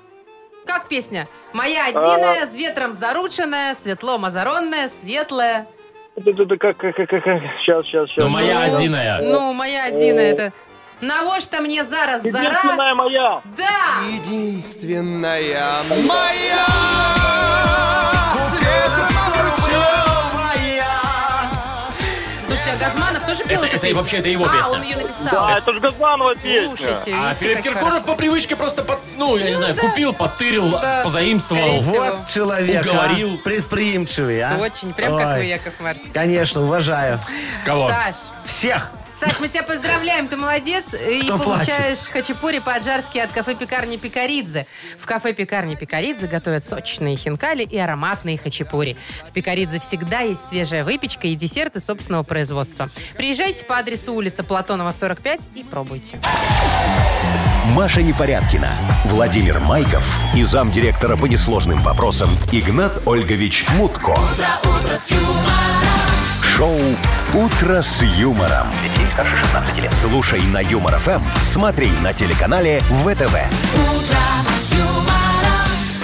S4: Как песня?
S5: А.
S4: Моя одиная, с ветром зарученная, светло мазаронная, светлая.
S7: Да-да-да, как, как, как, как, сейчас, сейчас, сейчас.
S2: Ну, моя
S4: Ну,
S2: одиная.
S4: Ну, моя одиная это. На во что мне зараз зара?
S7: Единственная моя.
S4: Да!
S8: Единственная моя. Света Сапрочева.
S4: Слушайте, а Газманов тоже пел
S2: Это-
S4: эту
S2: это
S4: песню?
S2: вообще- это его
S4: А,
S2: песня.
S4: он ее
S7: А,
S4: написал.
S7: это же Газманова песня.
S4: Слушайте,
S2: А
S4: видите,
S2: Филипп
S4: как
S2: Киркоров по привычке просто, под- ну, я не знаю, купил, подтырил,
S4: Да, скорее
S2: позаимствовал.
S4: всего.
S3: Вот человек, а.
S2: Уговорил.
S3: предприимчивый, а.
S4: Очень, прям как
S3: Ой,
S4: вы, Яков Маркович.
S3: Конечно, уважаю.
S2: Кого?
S4: Саш,
S3: Всех.
S4: Саш, мы тебя поздравляем, ты молодец. И
S3: Кто платит?
S4: получаешь хачапури по-аджарски от кафе-пекарни Пикаридзе. В кафе-пекарни Пикаридзе готовят сочные хинкали и ароматные хачапури. В Пикаридзе всегда есть свежая выпечка и десерты собственного производства. Приезжайте по адресу улица Платонова, 45 и пробуйте.
S1: Маша Непорядкина, Владимир Майков и замдиректора по несложным вопросам Игнат Ольгович Мутко. Шоу Утро с юмором. Детей старше 16 лет. Слушай на юмор ФМ, смотри на телеканале ВТВ.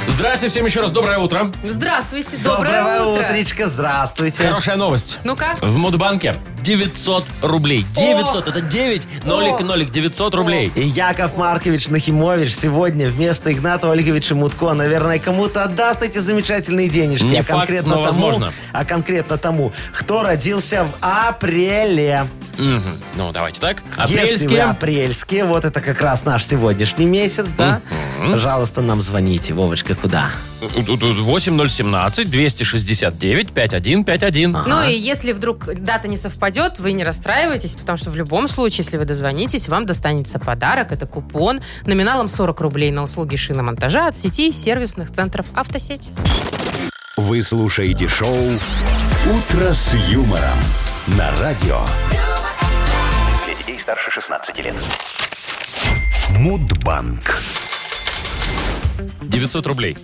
S2: Здрасте всем еще раз, доброе утро.
S4: Здравствуйте, доброе, утро.
S3: утречко, здравствуйте.
S2: Хорошая новость.
S4: Ну как?
S2: В Мудбанке 900 рублей. 900, это 9, нолик,
S4: Ох.
S2: нолик, 900 рублей.
S3: И Яков Маркович Нахимович сегодня вместо Игната Ольговича Мутко, наверное, кому-то отдаст эти замечательные денежки.
S2: Не
S3: а
S2: факт,
S3: конкретно
S2: но
S3: тому,
S2: возможно.
S3: А конкретно тому, кто родился в апреле.
S2: Мгм. Ну, давайте так.
S3: Если вы
S2: Апрельские.
S3: апрельские, вот это как раз наш сегодняшний месяц, да? Пожалуйста, нам звоните. Вовочка, куда?
S2: 8017 269 5151.
S4: Ну и если вдруг дата не совпадет, вы не расстраивайтесь, потому что в любом случае, если вы дозвонитесь, вам достанется подарок. Это купон номиналом 40 рублей на услуги шиномонтажа от сетей сервисных центров автосеть.
S1: Вы слушаете шоу Утро с юмором на радио
S6: Для детей старше 16 лет.
S1: Мудбанк.
S2: 900 Ну, рублей.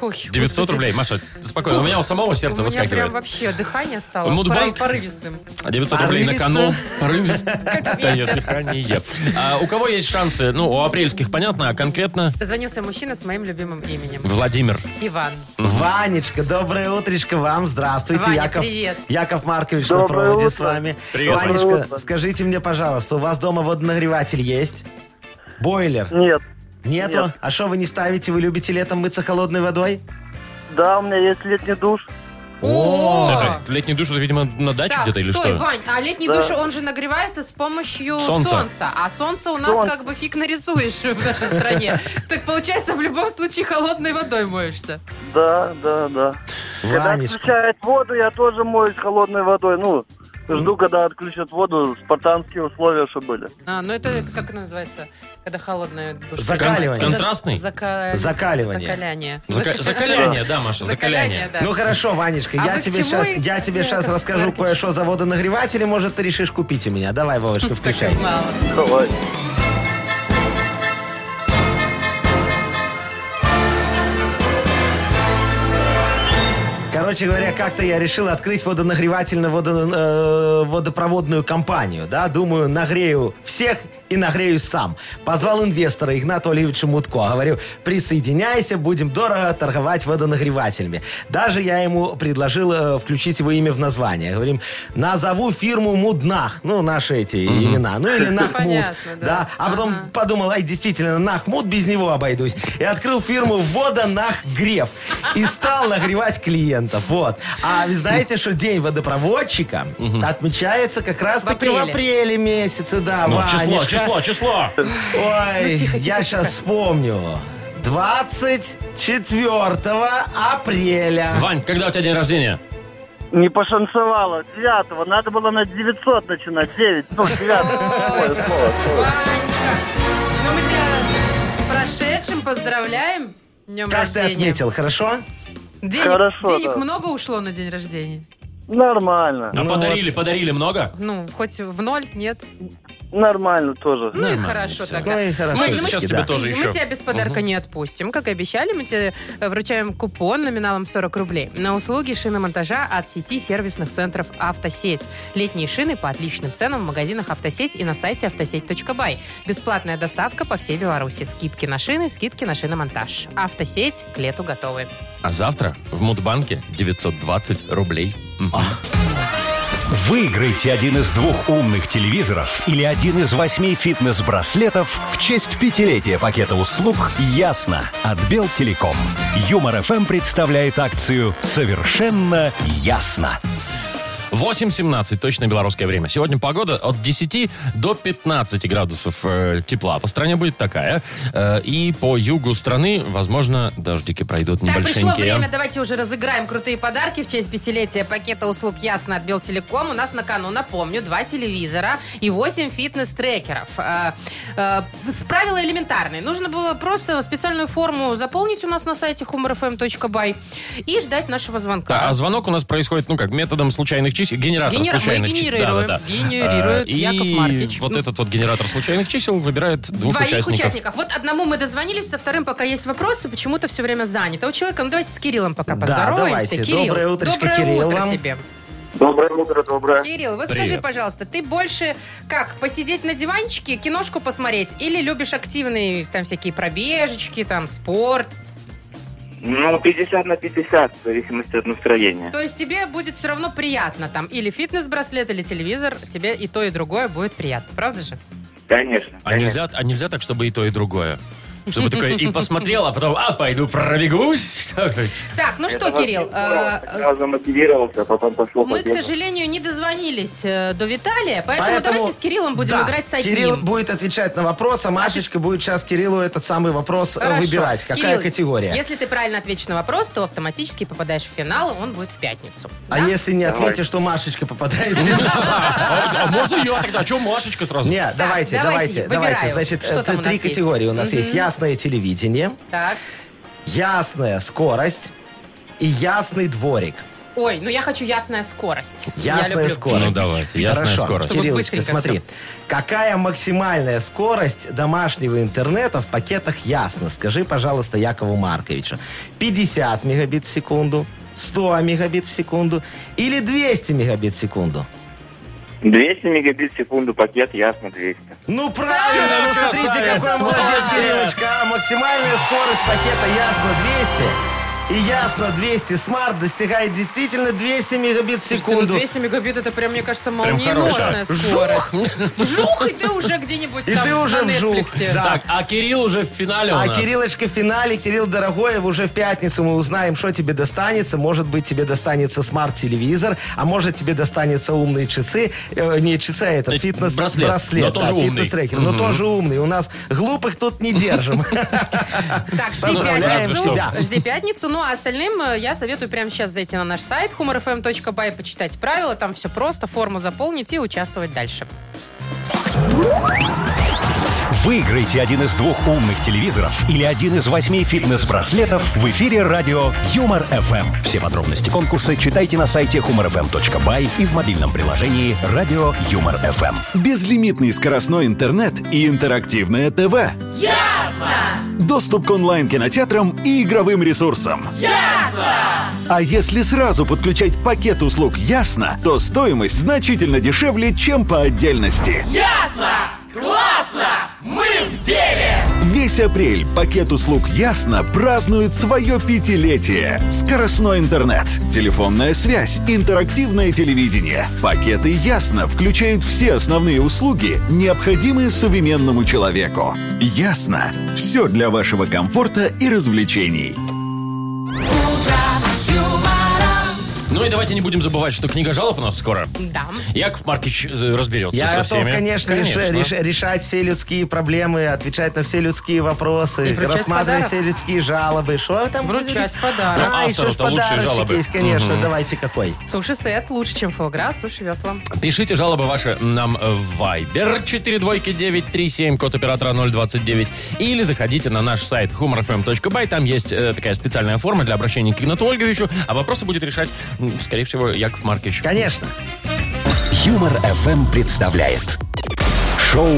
S4: Ой,
S2: 900
S4: господи.
S2: рублей, Маша, спокойно. У меня у самого
S4: У
S2: сердце
S4: меня прям
S2: выскакивает.
S4: вообще дыхание стало
S2: Мудбанк.
S4: поры- порывистым.
S2: А 900 рублей на
S3: Порывисто.
S2: кону. Порывисто. дыхание. А У кого есть шансы? Ну, у апрельских понятно, а конкретно
S4: Дозвонился мужчина с моим любимым именем.
S2: Владимир.
S4: Иван.
S3: Ванечка, доброе утречко вам. Здравствуйте,
S4: Ваня,
S3: Яков.
S4: привет.
S3: Яков Маркович на
S7: Доброе
S3: проводе
S7: утро.
S3: с вами.
S2: Привет, Вань.
S3: Ванечка,
S7: Доброе утро.
S3: скажите мне, пожалуйста, у вас дома водонагреватель есть? Бойлер?
S7: Нет.
S3: Нету?
S7: Нет.
S3: А что вы не ставите? Вы любите летом мыться холодной водой?
S7: Да, у меня есть летний душ.
S2: Это летний душ, это, видимо, на даче
S4: Так,
S2: где-то
S4: стой,
S2: или что?
S4: Вань, а летний
S7: Да.
S4: душ, он же нагревается с помощью
S2: Солнца.
S4: солнца. А солнце у нас
S7: Солнце.
S4: как бы фиг нарисуешь в нашей стране. Так получается, в любом случае холодной водой моешься.
S7: Да, да, да. Когда
S3: Ванечка.
S7: отключают воду, я тоже моюсь холодной водой. Ну, жду, когда отключат воду, спартанские условия, что были.
S4: А, ну это, это как называется, когда холодная душ?
S3: Закаливание.
S4: Зак-
S2: Контрастный?
S4: зака-
S3: Закаливание.
S4: Закаляние.
S2: Зака- Закаляние, да, Маша, закаляние.
S4: да.
S3: Ну хорошо, Ванечка,
S4: А
S3: я,
S4: вы к
S3: тебе
S4: чему
S3: сейчас,
S4: и-
S3: я тебе
S4: Яков
S3: сейчас расскажу
S4: Маркович?
S3: кое-что за водонагреватели. Может, ты решишь купить у меня. Давай, Вовочка,
S4: Так и
S3: включай.
S4: знала.
S7: Давай.
S3: Короче говоря, как-то я решил открыть водонагревательную водо- э, водопроводную компанию. Да? Думаю, нагрею всех и нагрею сам. Позвал инвестора Игната Олеговича Мутко. Говорю, присоединяйся, будем дорого торговать водонагревателями. Даже я ему предложил э, включить его имя в название. Говорим, назову фирму Муднах. Ну, наши эти имена. Ну, или Нахмуд.
S4: Понятно, да.
S3: да. А потом
S4: Ага.
S3: подумал, ай, действительно, нахмут, без него обойдусь. И открыл фирму «Водонахгрев». И стал нагревать клиентов. Вот. А вы знаете, что день водопроводчика отмечается как раз-таки в
S4: апреле.
S3: апреле месяце, да,
S2: Ну, число,
S3: Ванечка.
S2: число, число.
S3: Ой,
S4: Ну, тихо, тихо,
S3: я
S4: тихо.
S3: сейчас вспомню. 24 апреля.
S2: Вань, когда у тебя день рождения?
S7: Не пошансовало. Девятого. Надо было на 900 начинать. 9. Ну, 9.
S4: Ванечка, ну мы тебя с прошедшим поздравляем. Днем
S3: Как ты
S4: рождения.
S3: отметил, хорошо?
S4: Денег,
S7: Хорошо,
S4: денег
S7: да.
S4: много ушло на день рождения?
S7: Нормально.
S2: А
S3: Ну
S2: подарили, подарили много?
S4: Ну, хоть в ноль, нет?
S7: Нормально тоже.
S4: Ну и
S2: Нормально
S4: хорошо
S2: всё.
S4: тогда.
S3: Ну и хорошо.
S4: Мы-
S2: Сейчас
S4: мы
S2: тебе
S4: тебя-
S2: тоже
S4: мы
S2: еще.
S4: тебя без подарка
S2: Мгм.
S4: не отпустим. Как и обещали, мы тебе э, вручаем купон номиналом 40 рублей на услуги шиномонтажа от сети сервисных центров «Автосеть». Летние шины по отличным ценам в магазинах «Автосеть» и на сайте автосеть.бай. Бесплатная доставка по всей Беларуси. Скидки на шины, скидки на шиномонтаж. «Автосеть» к лету готовы.
S2: А завтра в Мудбанке 920 рублей. Мгм.
S1: Выиграйте один из двух умных телевизоров или один из восьми фитнес-браслетов в честь пятилетия пакета услуг «Ясно» от Белтелеком. Юмор-ФМ представляет акцию «Совершенно ясно».
S2: 8.17, точное белорусское время. Сегодня погода от 10 до 15 градусов э, тепла. По стране будет такая. Э, и по югу страны, возможно, дождики пройдут
S4: Так, пришло
S2: небольшенькие.
S4: время, давайте уже разыграем крутые подарки в честь пятилетия пакета услуг «Ясно» от Белтелеком. У нас на кону, напомню, два телевизора и 8 фитнес-трекеров. Э, э, с- Правила элементарные. Нужно было просто специальную форму заполнить у нас на сайте humorfm.by и ждать нашего звонка.
S2: Да, а звонок у нас происходит, ну как, методом случайных чисел, генератор
S4: Генера- мы
S2: случайных чисел.
S4: генерируем, генерирует
S2: Э,
S4: Яков
S2: и
S4: Маркович.
S2: вот
S4: Ну.
S2: этот вот генератор случайных чисел выбирает двух
S4: Двоих
S2: участников.
S4: участников. Вот одному мы дозвонились, со вторым пока есть вопросы, почему-то все время занято. У человека, ну давайте с Кириллом пока
S3: Да,
S4: поздороваемся.
S3: давайте.
S4: Кирилл,
S3: Доброе утречко,
S4: доброе
S3: Кирилл,
S4: утро
S3: вам.
S4: тебе.
S7: Доброе утро, доброе.
S4: Кирилл, вот
S2: Привет.
S4: скажи, пожалуйста, ты больше как, посидеть на диванчике, киношку посмотреть, или любишь активные там всякие пробежечки, там спорт?
S7: Ну, 50 на 50, в зависимости от настроения.
S4: То есть тебе будет все равно приятно там или фитнес-браслет, или телевизор, тебе и то, и другое будет приятно, правда же?
S7: Конечно.
S2: А нельзя, а нельзя так, чтобы и то, и другое? Чтобы такое и посмотрел, а потом, а, пойду пробегусь.
S4: Так, ну что, Кирилл, э,
S7: Сразу мотивировался, а потом пошел.
S4: мы, к сожалению, не дозвонились э, до Виталия, поэтому, давайте с Кириллом будем
S3: да,
S4: играть с одним.
S3: Кирилл будет отвечать на вопрос, а Машечка будет сейчас Кириллу этот самый вопрос э,
S4: Хорошо.
S3: выбирать. Какая
S4: Кирилл,
S3: категория?
S4: Если ты правильно ответишь на вопрос, то автоматически попадаешь в финал, и он будет в пятницу.
S3: А
S4: Да?
S3: если не ответишь, что Машечка попадает? Нет,
S2: А а можно я тогда? Че Машечка сразу?
S3: давайте,
S4: давайте,
S3: давайте, давайте.
S4: выбираю.
S3: Значит,
S4: Что
S3: э,
S4: там у нас
S3: три
S4: есть?
S3: категории у нас есть. Ясное телевидение,
S4: Так.
S3: ясная скорость и ясный дворик.
S4: Ой, ну я хочу ясная скорость. Я
S3: Ясная
S4: люблю.
S3: скорость.
S2: Ну, давайте, ясная
S3: Хорошо.
S2: скорость.
S4: Чтобы
S3: Кириллочка,
S4: быстренько
S3: смотри. Какая максимальная скорость домашнего интернета в пакетах ясно? Скажи, пожалуйста, Якову Марковичу. 50 мегабит в секунду, 100 мегабит в секунду или 200 мегабит в секунду?
S7: 200 мегабит в секунду пакет, ясно, 200.
S3: Ну правильно, ну смотрите,
S2: красавец,
S3: какой молодец,
S2: молодец.
S3: Кириллочка. А, Максимальная скорость пакета Ясно 200. И Ясно 200 Смарт достигает действительно 200 мегабит в
S4: Слушайте, ну
S3: секунду.
S4: 200 мегабит, это прям, мне кажется,
S2: Прям
S4: молниеносная
S2: хорошая.
S4: скорость. Вжух, и ты уже где-нибудь
S3: И
S4: там
S3: ты уже
S4: на
S3: вжух,
S4: Netflix'е.
S3: да.
S2: Так, а Кирилл уже в финале у
S3: А
S2: нас.
S3: Кириллочка в финале, Кирилл Дорогоев, уже в пятницу мы узнаем, что тебе достанется. Может быть, тебе достанется смарт-телевизор, а может, тебе достанется умные часы. Э, не часы, а
S2: Э,
S3: этот
S2: браслет,
S3: фитнес-браслет.
S2: но тоже умный.
S3: фитнес-трекер, но тоже умный. У нас глупых тут не держим.
S4: Так, жди
S3: Поздравляем
S4: пятницу.
S3: тебя.
S4: Жди пятницу. Ну, а остальным э, я советую прямо сейчас зайти на наш сайт humorfm.by, почитать правила, там все просто, форму заполнить и участвовать дальше.
S1: Выиграйте один из двух умных телевизоров или один из восьми фитнес-браслетов в эфире радио Юмор ФМ. Все подробности конкурса читайте на сайте humorfm.by и в мобильном приложении Радио Юмор ФМ.
S9: Безлимитный скоростной интернет и интерактивное ТВ. Ясно! Доступ к онлайн-кинотеатрам и игровым ресурсам. Ясно! А если сразу подключать пакет услуг «Ясно», то стоимость значительно дешевле, чем по отдельности. Ясно! Классно! Мы в деле! Весь апрель пакет услуг «Ясно» празднует свое пятилетие. Скоростной интернет, телефонная связь, интерактивное телевидение. Пакеты «Ясно» включают все основные услуги, необходимые современному человеку. «Ясно» — все для вашего комфорта и развлечений.
S2: Ну и давайте не будем забывать, что книга жалоб у нас скоро.
S4: Да.
S2: Яков Маркич э, разберется
S3: Я
S2: со
S3: готов,
S2: всеми.
S3: конечно, реш- реш- решать все людские проблемы, отвечать на все людские
S4: И
S3: вопросы,
S4: вручать
S3: рассматривать
S4: подарок.
S3: все людские жалобы. Что там?
S4: Вручать
S3: говорить?
S4: подарок.
S2: Ну,
S3: А, еще ж
S2: автору-то лучшие
S3: подарочек
S2: жалобы.
S3: есть, конечно. Давайте какой?
S4: Суши-сет лучше, чем фуагра, суши-весла.
S2: Пишите жалобы ваши нам в Viber 42937, код оператора 029. Или заходите на наш сайт humorfm.by. Там есть э, такая специальная форма для обращения к Игнату Ольговичу. А вопросы будет решать, м, скорее всего, Яков Маркич.
S3: Конечно.
S1: Юмор ФМ представляет Шоу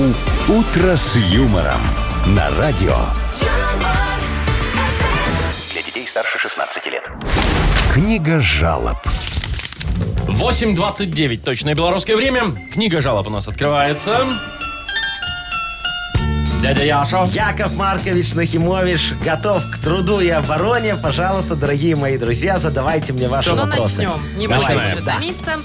S1: «Утро с юмором» на радио.
S10: юмор,
S6: Для детей старше 16 лет.
S1: Книга жалоб.
S2: 8.29, точное белорусское время. Книга жалоб у нас открывается. Дядя Яша.
S3: Яков Маркович Нахимович готов к труду и обороне. Пожалуйста, дорогие мои друзья, задавайте мне ваши
S4: Ну,
S3: вопросы.
S4: начнем. Не
S2: Давай.
S4: будем
S2: Начинаем.
S4: уже томиться.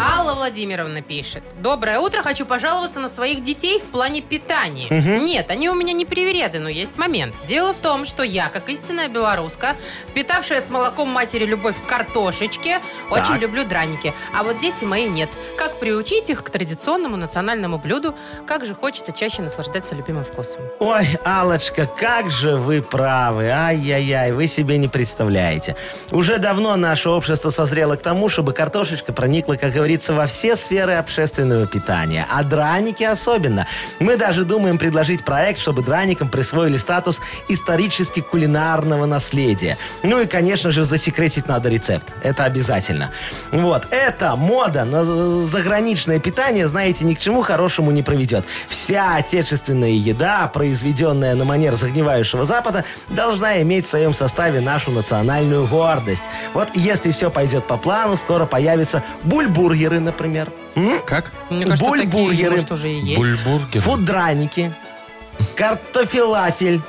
S4: Алла Владимировна пишет. Доброе утро. Хочу пожаловаться на своих детей в плане питания. Нет, они у меня не привереды, но есть момент. Дело в том, что я, как истинная белоруска, впитавшая с молоком матери любовь к картошечке, очень люблю драники. А вот дети мои нет. Как приучить их к традиционному национальному блюду? Как же хочется чаще наслаждаться любимым вкусом.
S3: Ой, Алочка, как же вы правы. Ай-яй-яй, вы себе не представляете. Уже давно наше общество созрело к тому, чтобы картошечка проникла, как говорится, во все сферы общественного питания. А драники особенно. Мы даже думаем предложить проект, чтобы драникам присвоили статус исторически кулинарного наследия. Ну и, конечно же, засекретить надо рецепт. Это обязательно. Вот. Это мода на з- заграничное питание, знаете, ни к чему хорошему не проведет. Вся отечественная еда, произведенная на манер загнивающего Запада, должна иметь в своем составе нашу национальную гордость. Вот если все пойдет по плану, скоро появятся бульбургеры, например. М?
S2: Как?
S4: Мне кажется, такие,
S3: Бульбургеры.
S4: может, уже и есть.
S2: Бульбургер.
S3: Фудраники, картофелафель.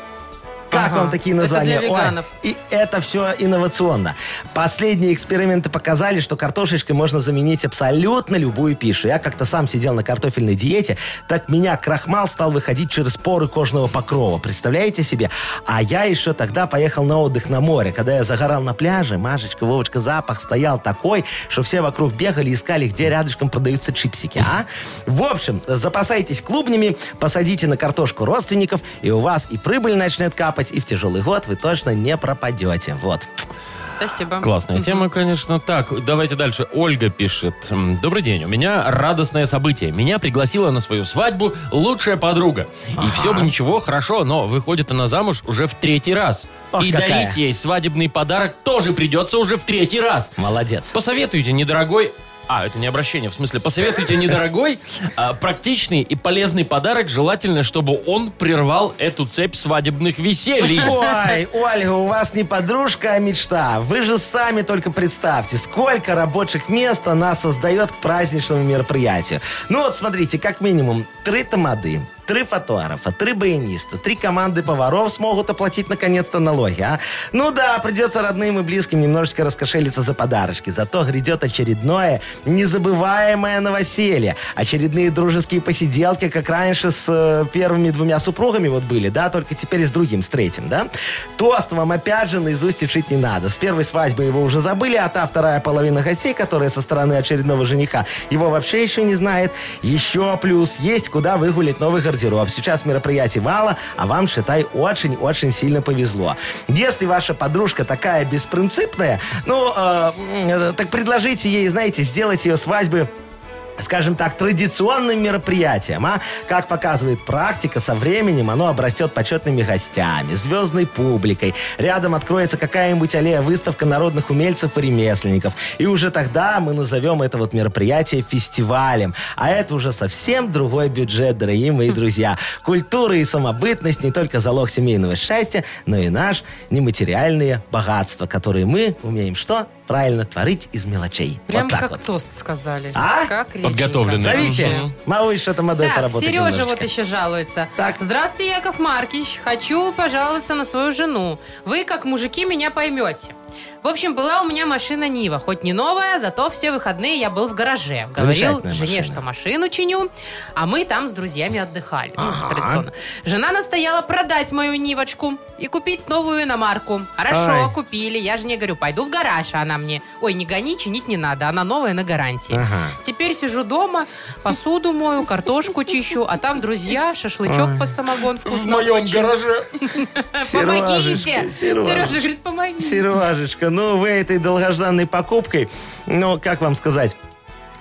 S3: Как
S4: Ага.
S3: вам такие
S4: Это для
S3: названия? Ой,
S4: веганов.
S3: и это все инновационно. Последние эксперименты показали, что картошечкой можно заменить абсолютно любую пищу. Я как-то сам сидел на картофельной диете, так меня крахмал стал выходить через поры кожного покрова. Представляете себе? А я еще тогда поехал на отдых на море. Когда я загорал на пляже, Машечка, Вовочка, запах стоял такой, что все вокруг бегали, искали, где рядышком продаются чипсики, а? В общем, запасайтесь клубнями, посадите на картошку родственников, и у вас и прибыль начнет капать, и в тяжелый год вы точно не пропадете. Вот.
S4: Спасибо.
S2: Классная
S4: Мгм.
S2: тема, конечно. Так, давайте дальше. Ольга пишет. М, Добрый день. У меня радостное событие. Меня пригласила на свою свадьбу лучшая подруга. И все бы ничего, хорошо, но выходит она замуж уже в третий раз.
S3: Ох,
S2: И
S3: какая.
S2: дарить ей свадебный подарок тоже придется уже в третий раз.
S3: Молодец.
S2: Посоветуйте, недорогой... А, это не обращение, в смысле, посоветуйте недорогой, а, практичный и полезный подарок, желательно, чтобы он прервал эту цепь свадебных весельй.
S3: Ой, Ольга, у вас не подружка, а мечта. Вы же сами только представьте, сколько рабочих мест она создает к праздничному мероприятию. Ну вот смотрите, как минимум три тамады, три фотографа, три баяниста, три команды поваров смогут оплатить наконец-то налоги, а? Ну да, придется родным и близким немножечко раскошелиться за подарочки. Зато грядет очередное незабываемое новоселье. Очередные дружеские посиделки, как раньше с э, первыми двумя супругами вот были, да, только теперь с другим, с третьим, да? Тост вам опять же наизусть решить не надо. С первой свадьбы его уже забыли, а та вторая половина гостей, которая со стороны очередного жениха, его вообще еще не знает. Еще плюс, есть куда выгулить новый гардероб. Сейчас мероприятий мало, а вам, считай, очень-очень сильно повезло. Если ваша подружка такая беспринципная, ну, э, э, так предложите ей, знаете, сделать ее свадьбы скажем так, традиционным мероприятием, а? Как показывает практика, со временем оно обрастет почетными гостями, звездной публикой. Рядом откроется какая-нибудь аллея выставка народных умельцев и ремесленников. И уже тогда мы назовем это вот мероприятие фестивалем. А это уже совсем другой бюджет, дорогие
S4: Хм.
S3: мои друзья. Культура и самобытность не только залог семейного счастья, но и наш нематериальные богатства, которые мы умеем что? Правильно творить из мелочей.
S4: Прям
S3: вот так
S4: как
S3: вот.
S4: тост сказали.
S3: А?
S4: Как реченька.
S2: Подготовленная.
S3: Зовите.
S2: Мгм.
S3: Малыш, это модой
S4: Так,
S3: поработать
S4: Сережа
S3: немножечко.
S4: вот еще жалуется.
S3: Так.
S4: Здравствуйте, Яков Маркич. Хочу пожаловаться на свою жену. Вы, как мужики, меня поймете. В общем, была у меня машина Нива. Хоть не новая, зато все выходные я был в гараже. Говорил
S3: Замечательная
S4: жене,
S3: машина.
S4: что машину чиню, а мы там с друзьями отдыхали. Ну, традиционно. Жена настояла продать мою Нивочку и купить новую иномарку. Хорошо,
S3: Ай.
S4: купили. Я жене говорю, пойду в гараж, а она мне. Ой, не гони, чинить не надо, она новая на гарантии.
S3: Ага.
S4: Теперь сижу дома, посуду мою, картошку чищу, а там друзья, шашлычок под самогон
S2: В
S4: вкусно.
S2: моем
S4: очень.
S2: гараже.
S4: Помогите!
S3: Сережечка, Сережечка.
S4: Сережа говорит, помогите.
S3: Сережечка, ну вы этой долгожданной покупкой, ну, как вам сказать,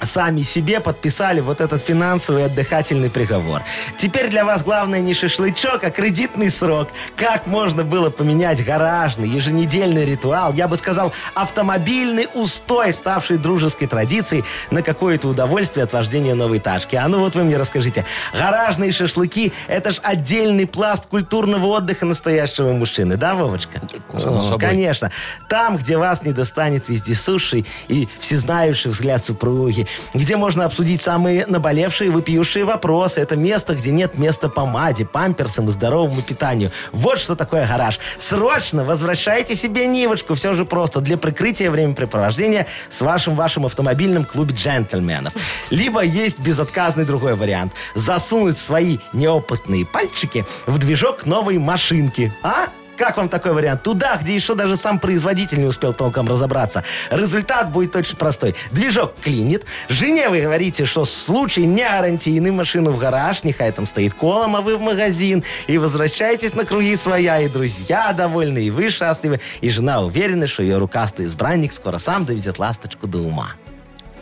S3: сами себе подписали вот этот финансовый отдыхательный приговор. Теперь для вас главное не шашлычок, а кредитный срок. Как можно было поменять гаражный еженедельный ритуал, я бы сказал, автомобильный устой, ставший дружеской традицией, на какое-то удовольствие от вождения новой ташки. А ну вот вы мне расскажите, гаражные шашлыки – это ж отдельный пласт культурного отдыха настоящего мужчины, да, Вовочка?
S2: Само
S3: О,
S2: собой.
S3: Конечно. Там, где вас не достанет вездесущий и всезнающий взгляд супруги, где можно обсудить самые наболевшие и вопиющие вопросы. Это место, где нет места помаде, памперсам и здоровому питанию. Вот что такое гараж. Срочно возвращайте себе Нивочку. Все же просто для прикрытия времяпрепровождения с вашим вашим автомобильным клубе джентльменов. Либо есть безотказный другой вариант. Засунуть свои неопытные пальчики в движок новой машинки. А? Как вам такой вариант? Туда, где еще даже сам производитель не успел толком разобраться. Результат будет очень простой. Движок клинит. Жене вы говорите, что случай не гарантийный. Машину в гараж, нехай там стоит колом, а вы в магазин. И возвращайтесь на круги своя. И друзья довольны, и вы счастливы. И жена уверена, что ее рукастый избранник скоро сам доведет ласточку до ума.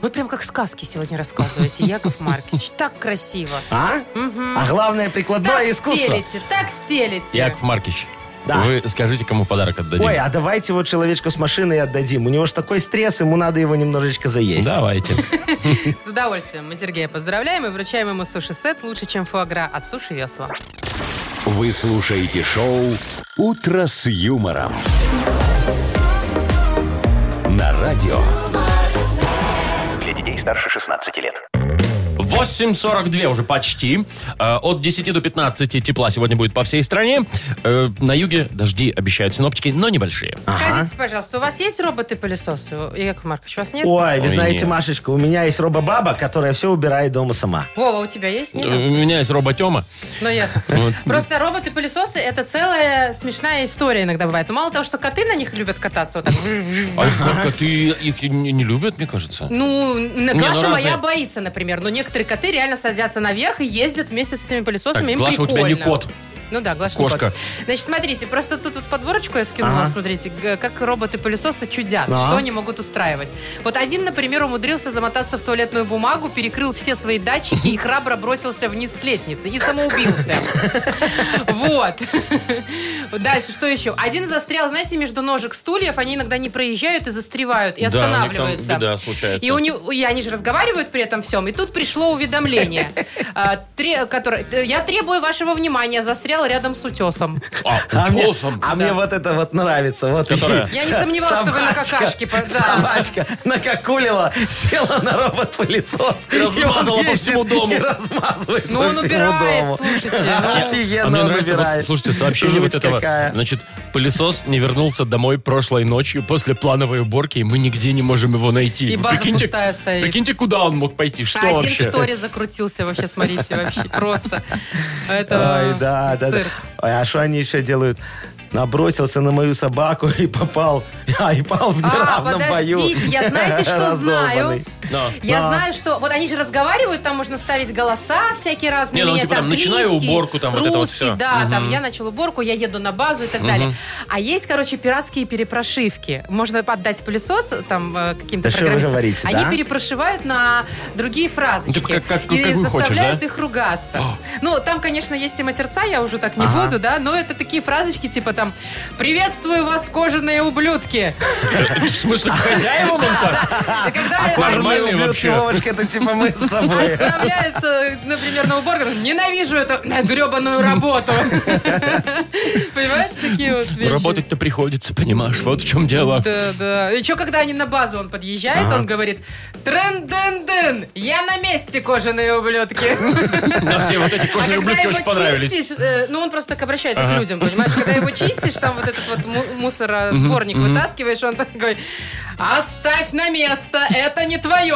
S4: Вы прям как сказки сегодня рассказываете, Яков Маркович. Так красиво.
S3: А? А главное прикладное
S4: Так
S3: искусство.
S4: стелите, так стелите.
S2: Яков Маркич,
S3: Да.
S2: вы скажите, кому подарок отдадим.
S3: Ой, а давайте вот человечку с машиной отдадим. У него же такой стресс, ему надо его немножечко заесть.
S2: Давайте.
S4: С удовольствием. Мы Сергея поздравляем и вручаем ему суши-сет лучше, чем фуагра от суши весла.
S1: Вы слушаете шоу «Утро с юмором». На радио
S6: Для детей старше 16 лет.
S2: 8.42 уже почти. Э, От 10 до 15 тепла сегодня будет по всей стране. Э, На юге дожди обещают синоптики, но небольшие.
S4: Скажите, пожалуйста, у вас есть роботы-пылесосы? У- Яков Маркович, у вас нет?
S3: Ой, вы
S2: Ой,
S3: знаете,
S2: нет.
S3: Машечка, у меня есть робобаба, которая все убирает дома сама.
S4: Вова, у тебя есть?
S2: Э,
S4: Нет?
S2: У меня есть роботема.
S4: Ну, ясно.
S2: Вот.
S4: Просто роботы-пылесосы это целая смешная история иногда бывает. Ну, Мало того, что коты на них любят кататься вот так.
S2: А как- коты их не не любят, мне кажется.
S4: Ну, н-
S2: ну,
S4: Глаша
S2: разные.
S4: моя боится, например. Но некоторые коты реально садятся наверх и ездят вместе с этими пылесосами.
S2: Так,
S4: Им
S2: Глаша, у тебя
S4: прикольно.
S2: не кот.
S4: Ну да, Глаша не
S2: Кошка.
S4: кот. Значит, смотрите, просто тут вот подборочку я скинула,
S3: Ага.
S4: смотрите, г- как роботы-пылесосы чудят,
S3: Да.
S4: что они могут устраивать. Вот один, например, умудрился замотаться в туалетную бумагу, перекрыл все свои датчики и храбро бросился вниз с лестницы и самоубился. Вот. Дальше, что еще? Один застрял, знаете, между ножек стульев, они иногда не проезжают и застревают, и
S2: Да, у них там
S4: останавливаются.
S2: беда случается.
S4: И у него- и они же разговаривают при этом всем. И тут пришло уведомление, а, тре- которое... э, Я требую вашего внимания. Застрял рядом с утесом.
S2: А,
S3: А, мне,
S2: утесом.
S3: а мне вот это вот нравится. Вот
S2: Которая?
S4: Я не сомневалась, что вы на
S3: Собачка.
S4: какашке по- да.
S3: Собачка накакулила, села на робот-пылесос. и он
S2: размазала по
S3: ездит
S2: всему дому.
S3: И размазывает
S4: Ну,
S3: по
S4: он
S3: всему
S4: убирает,
S3: дому.
S4: слушайте. ну.
S2: А
S3: Офигенно
S2: мне
S3: он
S2: нравится, вот,
S3: убирает.
S2: слушайте, сообщение вот
S3: Жуть
S2: этого.
S3: какая.
S2: Значит, пылесос не вернулся домой прошлой ночью после плановой уборки, и мы нигде не можем его найти.
S4: И
S2: Вы
S4: база
S2: прикиньте,
S4: пустая стоит.
S2: Прикиньте, куда он мог пойти, что
S4: Один
S2: вообще?
S4: в сторе закрутился вообще, смотрите, вообще просто. Это
S3: Ой, да, да, да.
S4: цирк.
S3: Ой, а что они еще делают? Набросился на мою собаку и попал. А, и пал в
S4: А,
S3: неравном бою.
S4: подождите, я знаете, что знаю?
S3: Раздолбанный.
S2: Да.
S4: Я
S3: Да.
S4: знаю, что... Вот они же разговаривают, там можно ставить голоса всякие разные,
S2: Не, ну,
S4: менять
S2: типа, там,
S4: английский,
S2: начинаю уборку, там, вот это вот
S4: русский,
S2: всё.
S4: да, там,
S2: Мгм.
S4: я начал уборку, я еду на базу и так далее. А есть, короче, пиратские перепрошивки. Можно отдать пылесос там э,
S3: Да
S4: каким-то
S3: что вы
S4: программистам.
S3: говорите,
S4: Они
S3: да?
S4: перепрошивают на другие фразочки.
S2: Ну, типа, как- как-
S4: и
S2: как вы хочешь,
S4: заставляют
S2: да? А.
S4: их ругаться. Ну, там, конечно, есть и матерца, я уже так не
S3: Ага.
S4: буду, да, но это такие фразочки, типа, там, «Приветствую вас, кожаные ублюдки!»
S2: В смысле, к хозяевам он Ну, так? А
S4: И когда они-
S3: Кожаные
S2: Нормальный
S3: ублюдки,
S2: вообще.
S3: Вовочка, это типа мы с тобой.
S4: отправляется, например, на уборку, ненавижу эту гребаную работу. Понимаешь, такие вот вещи.
S2: Работать-то приходится, понимаешь, вот в чем дело.
S4: Да, да. И что, когда они на базу, он подъезжает, он говорит, трен-ден-ден, я на месте, кожаные ублюдки.
S2: Да, тебе вот эти
S4: А
S2: кожаные
S4: когда
S2: ублюдки
S4: его
S2: очень понравились.
S4: чистишь, э, ну он просто так обращается к людям, понимаешь? Когда его чистишь, там вот этот вот му- мусоросборник вытаскиваешь, он такой, оставь на место, это не твое.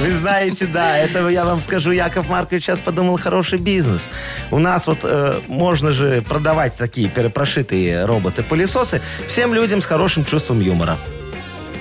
S3: Вы знаете, да, это я вам скажу, Яков Маркович сейчас подумал хороший бизнес. У нас вот э, можно же продавать такие перепрошитые роботы-пылесосы всем людям с хорошим чувством юмора.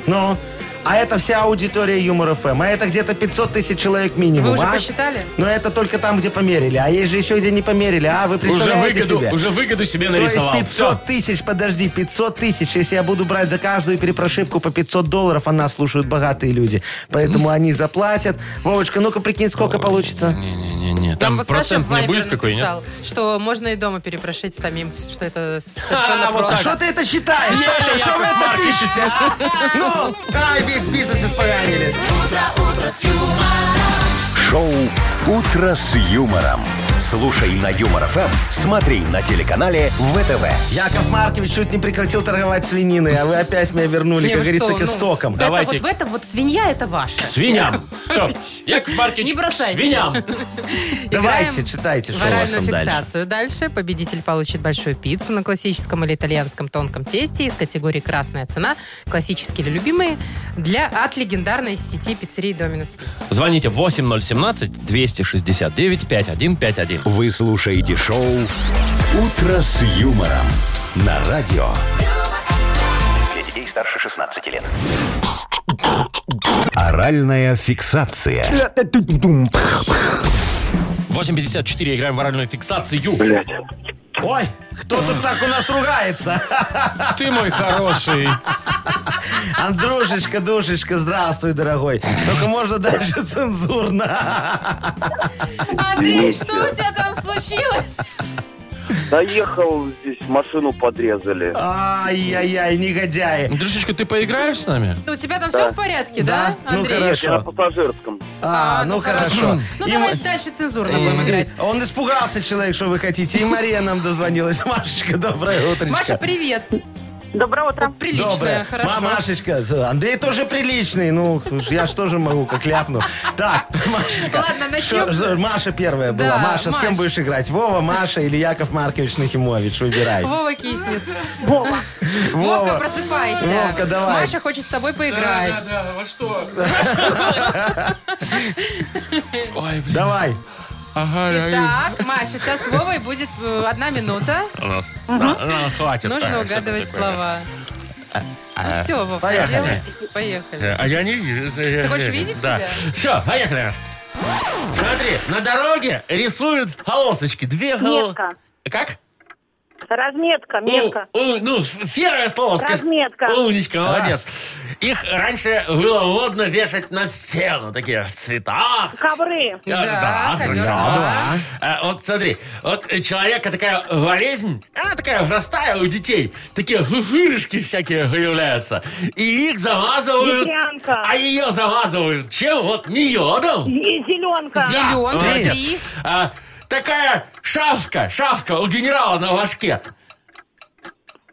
S3: Ну, Но... А это вся аудитория Юмор ФМ. А это где-то 500 тысяч человек минимум.
S4: Вы уже
S3: а?
S4: посчитали?
S3: Но это только там, где померили. А есть же еще, где не померили. А, вы
S2: Уже
S3: представляете
S2: выгоду,
S3: себе?
S2: уже выгоду себе
S3: То есть
S2: нарисовал.
S3: 500 тысяч, подожди, 500 тысяч, если я буду брать за каждую перепрошивку по 500 долларов, а нас слушают богатые люди. Поэтому они заплатят. Вовочка, ну-ка прикинь, сколько получится.
S2: Не-не-не. Там
S4: вот
S2: процент
S4: Саша
S2: не
S4: Вайбер
S2: будет какой, нет?
S4: написал, что можно и дома перепрошить самим, что это совершенно
S2: А, вот
S4: просто.
S2: так.
S3: Что ты это считаешь, Саша? Что вы это пишете? Ну, ай, весь бизнес испоганили.
S1: Шоу «Утро с юмором». Слушай на Юмор ФМ, смотри на телеканале ВТВ.
S3: Яков Маркович чуть не прекратил торговать свининой, а вы опять меня вернули,
S4: Не,
S3: как
S4: вы
S3: говорится,
S4: что,
S3: к
S4: ну,
S3: истокам.
S4: это
S2: Давайте.
S4: вот в этом вот свинья это ваша.
S2: К свиням. Все. Яков Маркич,
S4: Не бросайте.
S2: к свиням.
S3: Давайте,
S4: Играем
S3: читайте, что у вас
S4: Варальную
S3: там дальше.
S4: фиксацию. Дальше. победитель получит большую пиццу на классическом или итальянском тонком тесте из категории «Красная цена», классические или любимые, для, от легендарной сети пиццерий «Доминос Пицца».
S2: Звоните 8017-269-5151.
S1: Вы слушаете шоу «Утро с юмором» на радио.
S6: Для детей старше 16 лет.
S1: Оральная фиксация.
S2: 8.54, играем в оральную фиксацию.
S3: Ой, кто тут так у нас ругается?
S2: А Ты мой хороший.
S3: Андрюшечка, душечка, здравствуй, дорогой. Только можно даже цензурно.
S4: Андрей, что у тебя там случилось?
S7: Доехал здесь, машину подрезали.
S4: А,
S3: Ай-яй-яй, негодяи.
S2: Дружечка, ты поиграешь с нами?
S4: У тебя там все в порядке, да,
S3: Да? Ну,
S4: Андрей?
S3: хорошо.
S7: Я на пассажирском.
S3: А, ну хорошо.
S4: Ну,
S3: И
S4: давай
S3: мы-
S4: дальше цензурно будем играть.
S3: Он испугался, человек, что вы хотите. И Мария нам дозвонилась. Машечка, доброе утречко.
S4: Маша, привет.
S5: Доброе утро.
S4: Приличная,
S3: Доброе.
S4: хорошо.
S3: Ма- Машечка, Андрей тоже приличный. Ну, слушай, я же тоже могу, как ляпну. Так, Машечка.
S4: Ладно, начнем.
S3: Шо- шо- Маша первая была.
S4: Да,
S3: Маша, с кем
S4: Маш.
S3: будешь играть? Вова, Маша или Яков Маркович Нахимович? Выбирай.
S4: Вова киснет.
S3: Вова.
S4: Вовка, просыпайся.
S3: Вовка, давай.
S4: Маша хочет с тобой поиграть.
S2: Ой, блин.
S3: Давай.
S4: Итак, Маша, у тебя с Вовой будет э, одна минута.
S2: У нас- Да, да, Хватит.
S4: Нужно
S2: Так,
S4: угадывать
S2: что-то такое.
S4: слова. Ну все, Вов,
S3: поехали.
S4: поделай. Поехали.
S2: А я не вижу. Ты
S4: хочешь видеть себя?
S2: Все, поехали. Смотри, на дороге рисуют полосочки. Две гол-
S5: Метка.
S2: Как?
S5: Разметка, метка.
S2: У- у- ну, первое слово скажи.
S5: Разметка.
S2: Умничка,
S3: Раз.
S2: молодец. Их раньше было модно вешать на стену. Такие в цветах.
S5: Ковры.
S2: А,
S4: Да, ковер, да.
S2: А, вот смотри, вот э, человека такая болезнь, она такая простая у детей. Такие хухырышки всякие появляются. И их замазывают.
S5: Ветрянка.
S2: А ее замазывают. Чем? Вот не йодом.
S5: Е- Зеленка.
S2: Да,
S4: Зеленка,
S2: молодец.
S4: три.
S2: А, такая шавка, шавка у генерала на ложке.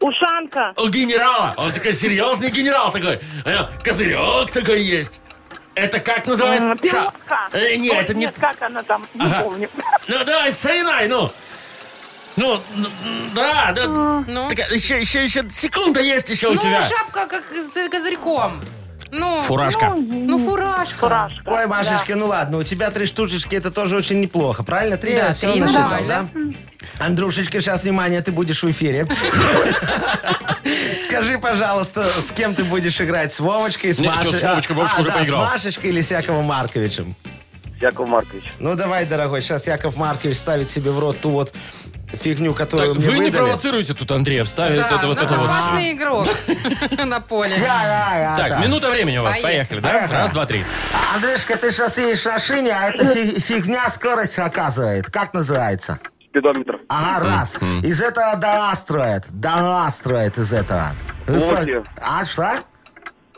S5: Ушанка.
S2: У генерала. Он такой серьезный генерал такой. А, Козырек такой есть. Это как
S5: М,
S2: называется? Ша-
S5: А, Пилотка.
S2: Э, Нет,
S5: Ой,
S2: это не...
S5: нет, как она там, не
S2: Ага.
S5: помню.
S2: Ну, давай, Сайнай, ну. Ну, ну, да, да.
S4: Ну,
S2: Так, еще, еще, еще секунда есть еще у тебя.
S4: ну шапка как с козырьком. Ну,
S2: Фуражка.
S4: ну фуражка.
S5: Фуражка.
S3: Ой, Машечка, ну ладно, у тебя три штучечки, это тоже очень неплохо, правильно? Три,
S4: Да,
S3: я всё
S4: три
S3: насчитал, да?
S4: нормально.
S3: Андрюшечка, сейчас, внимание, ты будешь в эфире. Скажи, пожалуйста, с кем ты будешь играть? С Вовочкой, с
S2: Не, чё,
S3: Машей?
S2: с Вовочкой, Вовочка
S3: а,
S2: уже
S3: да,
S2: поиграл.
S3: с Машечкой или с Яковом Марковичем?
S7: Яков Маркович.
S3: Ну, давай, дорогой, сейчас Яков Маркович ставит себе в рот ту вот фигню,
S2: Так,
S3: которую мне
S2: вы не
S3: выдали.
S2: провоцируете тут Андрея, вставит
S4: Да, ну,
S2: это
S4: у
S2: вот
S4: нас
S2: это вот.
S4: опасный игрок на поле.
S3: Да-да-да,
S2: Так,
S3: да.
S2: минута времени у вас, поехали,
S4: Поехали.
S2: да? Раз, два, три.
S3: А, Андрюшка, ты сейчас едешь в машине, а эта фи- фигня скорость оказывает. Как называется?
S7: Спидометр.
S3: Ага, раз. Из этого дала строят. Дала строят из этого.
S7: Блоки.
S3: А, что?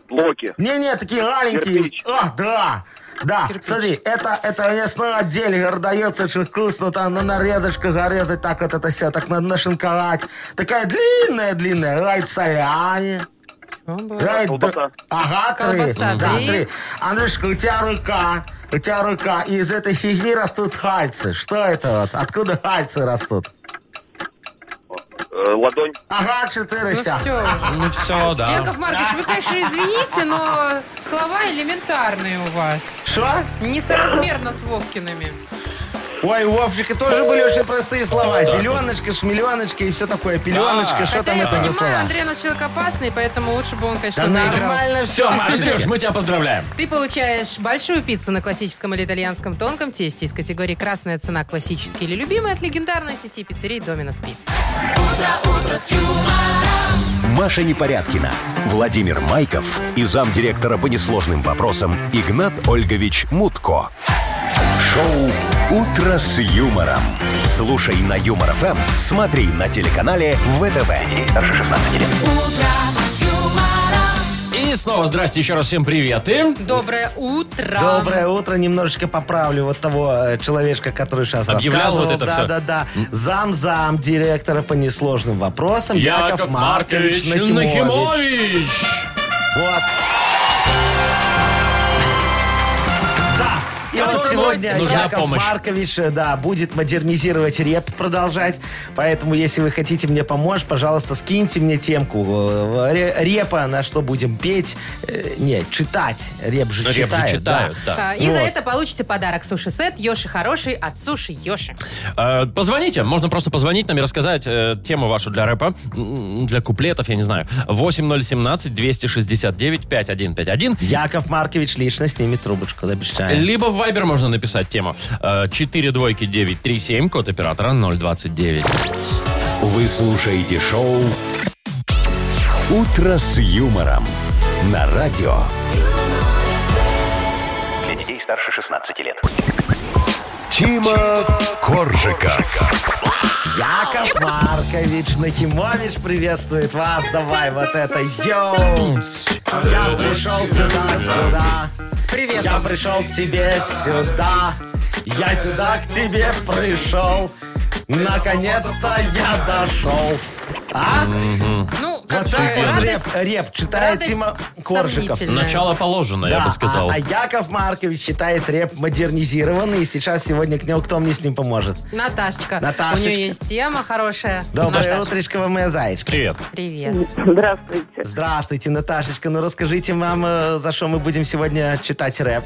S7: Блоки.
S3: Не-не, такие маленькие.
S7: Кирпич.
S3: О, да. Да, смотри, это, это мясной отдель, говорю, дается очень вкусно, там на нарезочках резать, так вот это все, так надо нашинковать. Такая длинная-длинная, лайт соляне. Лайт-
S7: Колбаса.
S3: Ага, три.
S4: Колбаса,
S3: Да,
S4: три.
S3: три. Андрюшка, у тебя рука, у тебя рука, и из этой фигни растут хальцы. Что это вот? Откуда хальцы растут?
S7: Э, Ладонь.
S3: Ага, четыре.
S4: Ну
S3: ся.
S4: все.
S2: Ну все, да.
S4: Яков Маркович, вы, конечно, извините, но слова элементарные у вас.
S3: Что?
S4: Несоразмерно с Вовкиными.
S3: Ой, у Вовчика тоже были очень простые слова. Зеленочка, шмеленочка и все такое. Пеленочка, что
S4: Хотя
S3: там
S4: я
S3: это за
S4: понимаю,
S3: слова?
S4: Андрей у нас человек опасный, поэтому лучше бы он, конечно,
S3: Да
S4: наиграл.
S3: нормально все,
S2: Все, Андрюш,
S3: Машечка.
S2: мы тебя поздравляем.
S4: Ты получаешь большую пиццу на классическом или итальянском тонком тесте из категории «Красная цена. Классический или любимый» от легендарной сети пиццерий «Доминос Пицца».
S1: Маша Непорядкина, Владимир Майков и замдиректора по несложным вопросам Игнат Ольгович Мутко. Шоу «Утро с юмором». Слушай на Юмор ФМ, смотри на телеканале ВТВ. Ей старше 16 лет.
S2: И снова здрасте, еще раз всем привет. И
S4: Доброе утро!
S3: Доброе утро. Немножечко поправлю вот того э, человечка, который сейчас
S2: Объявлял вот это
S3: да,
S2: всё?
S3: Да, да, Зам-зам директора по несложным вопросам Яков,
S2: Яков
S3: Маркович,
S2: Маркович
S3: Нахимович.
S2: Нахимович.
S3: Вот. Да. И
S4: Которому
S3: вот сегодня
S4: нужна
S3: Яков
S2: помощь.
S3: Маркович, э, да, будет модернизировать реп, продолжать. Поэтому, если вы хотите мне помочь, пожалуйста, скиньте мне темку э, ре- репа, на что будем петь. Э, Нет, читать. Реп же
S2: Реп же
S3: читают.
S2: читают, да.
S4: А, И
S3: Вот.
S4: за это получите подарок суши-сет Йоши Хороший от Суши Йоши.
S2: Э, Позвоните, можно просто позвонить нам и рассказать э, тему вашу для рэпа, м, для куплетов, я не знаю. 8017-269-5151.
S3: Яков Маркович лично снимет трубочку, обещаю.
S2: Либо в Viber можно написать тему. Э, 4 двойки 937, код оператора 029.
S1: Вы слушаете шоу «Утро с юмором» на радио.
S6: Для детей старше 16 лет.
S1: Тима Коржика.
S3: Яков Маркович Нахимович приветствует вас. Давай вот это, йоу! Я пришел сюда, сюда.
S4: С приветом.
S3: Я пришел к тебе сюда. Я сюда к тебе пришел. Наконец-то я дошел. А?
S4: Ну, как
S3: Вот
S4: бы,
S3: так вот реп,
S4: радость.
S3: реп читает
S4: радость
S3: Тима Коржиков.
S4: сомнительная.
S2: Начало положено, я
S3: Да,
S2: бы сказал.
S3: А, а Яков Маркович считает реп модернизированный, и сейчас сегодня к нему кто мне с ним поможет?
S4: Наташечка.
S3: Наташечка.
S4: У нее есть тема хорошая.
S3: Доброе
S4: Наташ,
S3: утречко вам, моя зайчка.
S2: Привет.
S4: Привет.
S5: Здравствуйте.
S3: Здравствуйте, Наташечка. Ну расскажите вам, э, за что мы будем сегодня читать рэп.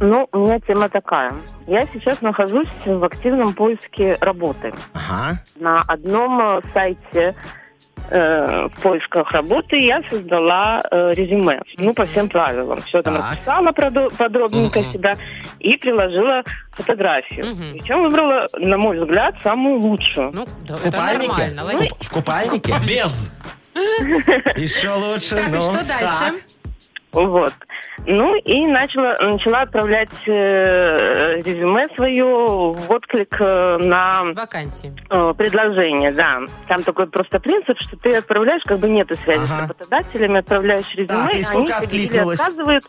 S5: Ну, у меня тема такая. Я сейчас нахожусь в активном поиске работы.
S3: Ага.
S5: На одном э, сайте э, в поисках работы я создала э, резюме. Ну, по всем правилам. Все там
S3: Так.
S5: расписала продо- подробненько
S2: Мгм.
S5: себя и приложила фотографию.
S4: Мгм.
S5: Причем выбрала, на мой взгляд, самую лучшую.
S4: Ну, да,
S3: В
S4: это
S3: купальнике?
S4: нормально. логично.
S3: В купальнике?
S2: Без.
S3: Еще лучше.
S4: Так, и
S3: ну,
S4: что
S3: так.
S4: дальше?
S5: Вот. Ну и начала, начала отправлять э, резюме свое в отклик э, на
S4: Вакансии.
S5: э, предложение, да. Там такой просто принцип, что ты отправляешь, как бы нету связи
S3: Ага.
S5: с работодателями, отправляешь резюме,
S3: Так, и
S5: они
S3: сколько
S5: тебе или
S3: откликнулось?
S5: отказывают,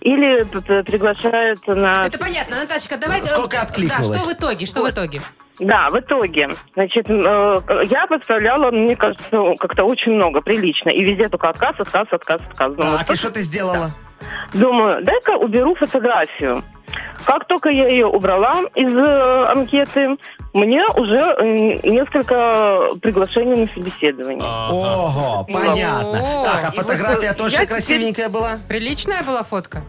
S5: или п- п- приглашают на...
S4: Это понятно, Наташечка, давай...
S3: Сколько
S4: Да,
S3: откликнулось?
S4: что в итоге, что в итоге?
S5: Да, в итоге. Значит, э, я подставляла, мне кажется, как-то очень много, прилично. И везде только отказ, отказ, отказ, отказ. Ну, Думаю,
S3: Так, и что ты сделала?
S5: Думаю, дай-ка уберу фотографию. Как только я ее убрала из э, анкеты, мне уже э, несколько приглашений на собеседование.
S2: Ага.
S3: Ого, понятно.
S4: О,
S3: Так, а
S5: и
S3: фотография
S5: вот, э,
S3: тоже
S5: я
S3: красивенькая была?
S4: Приличная была фотка?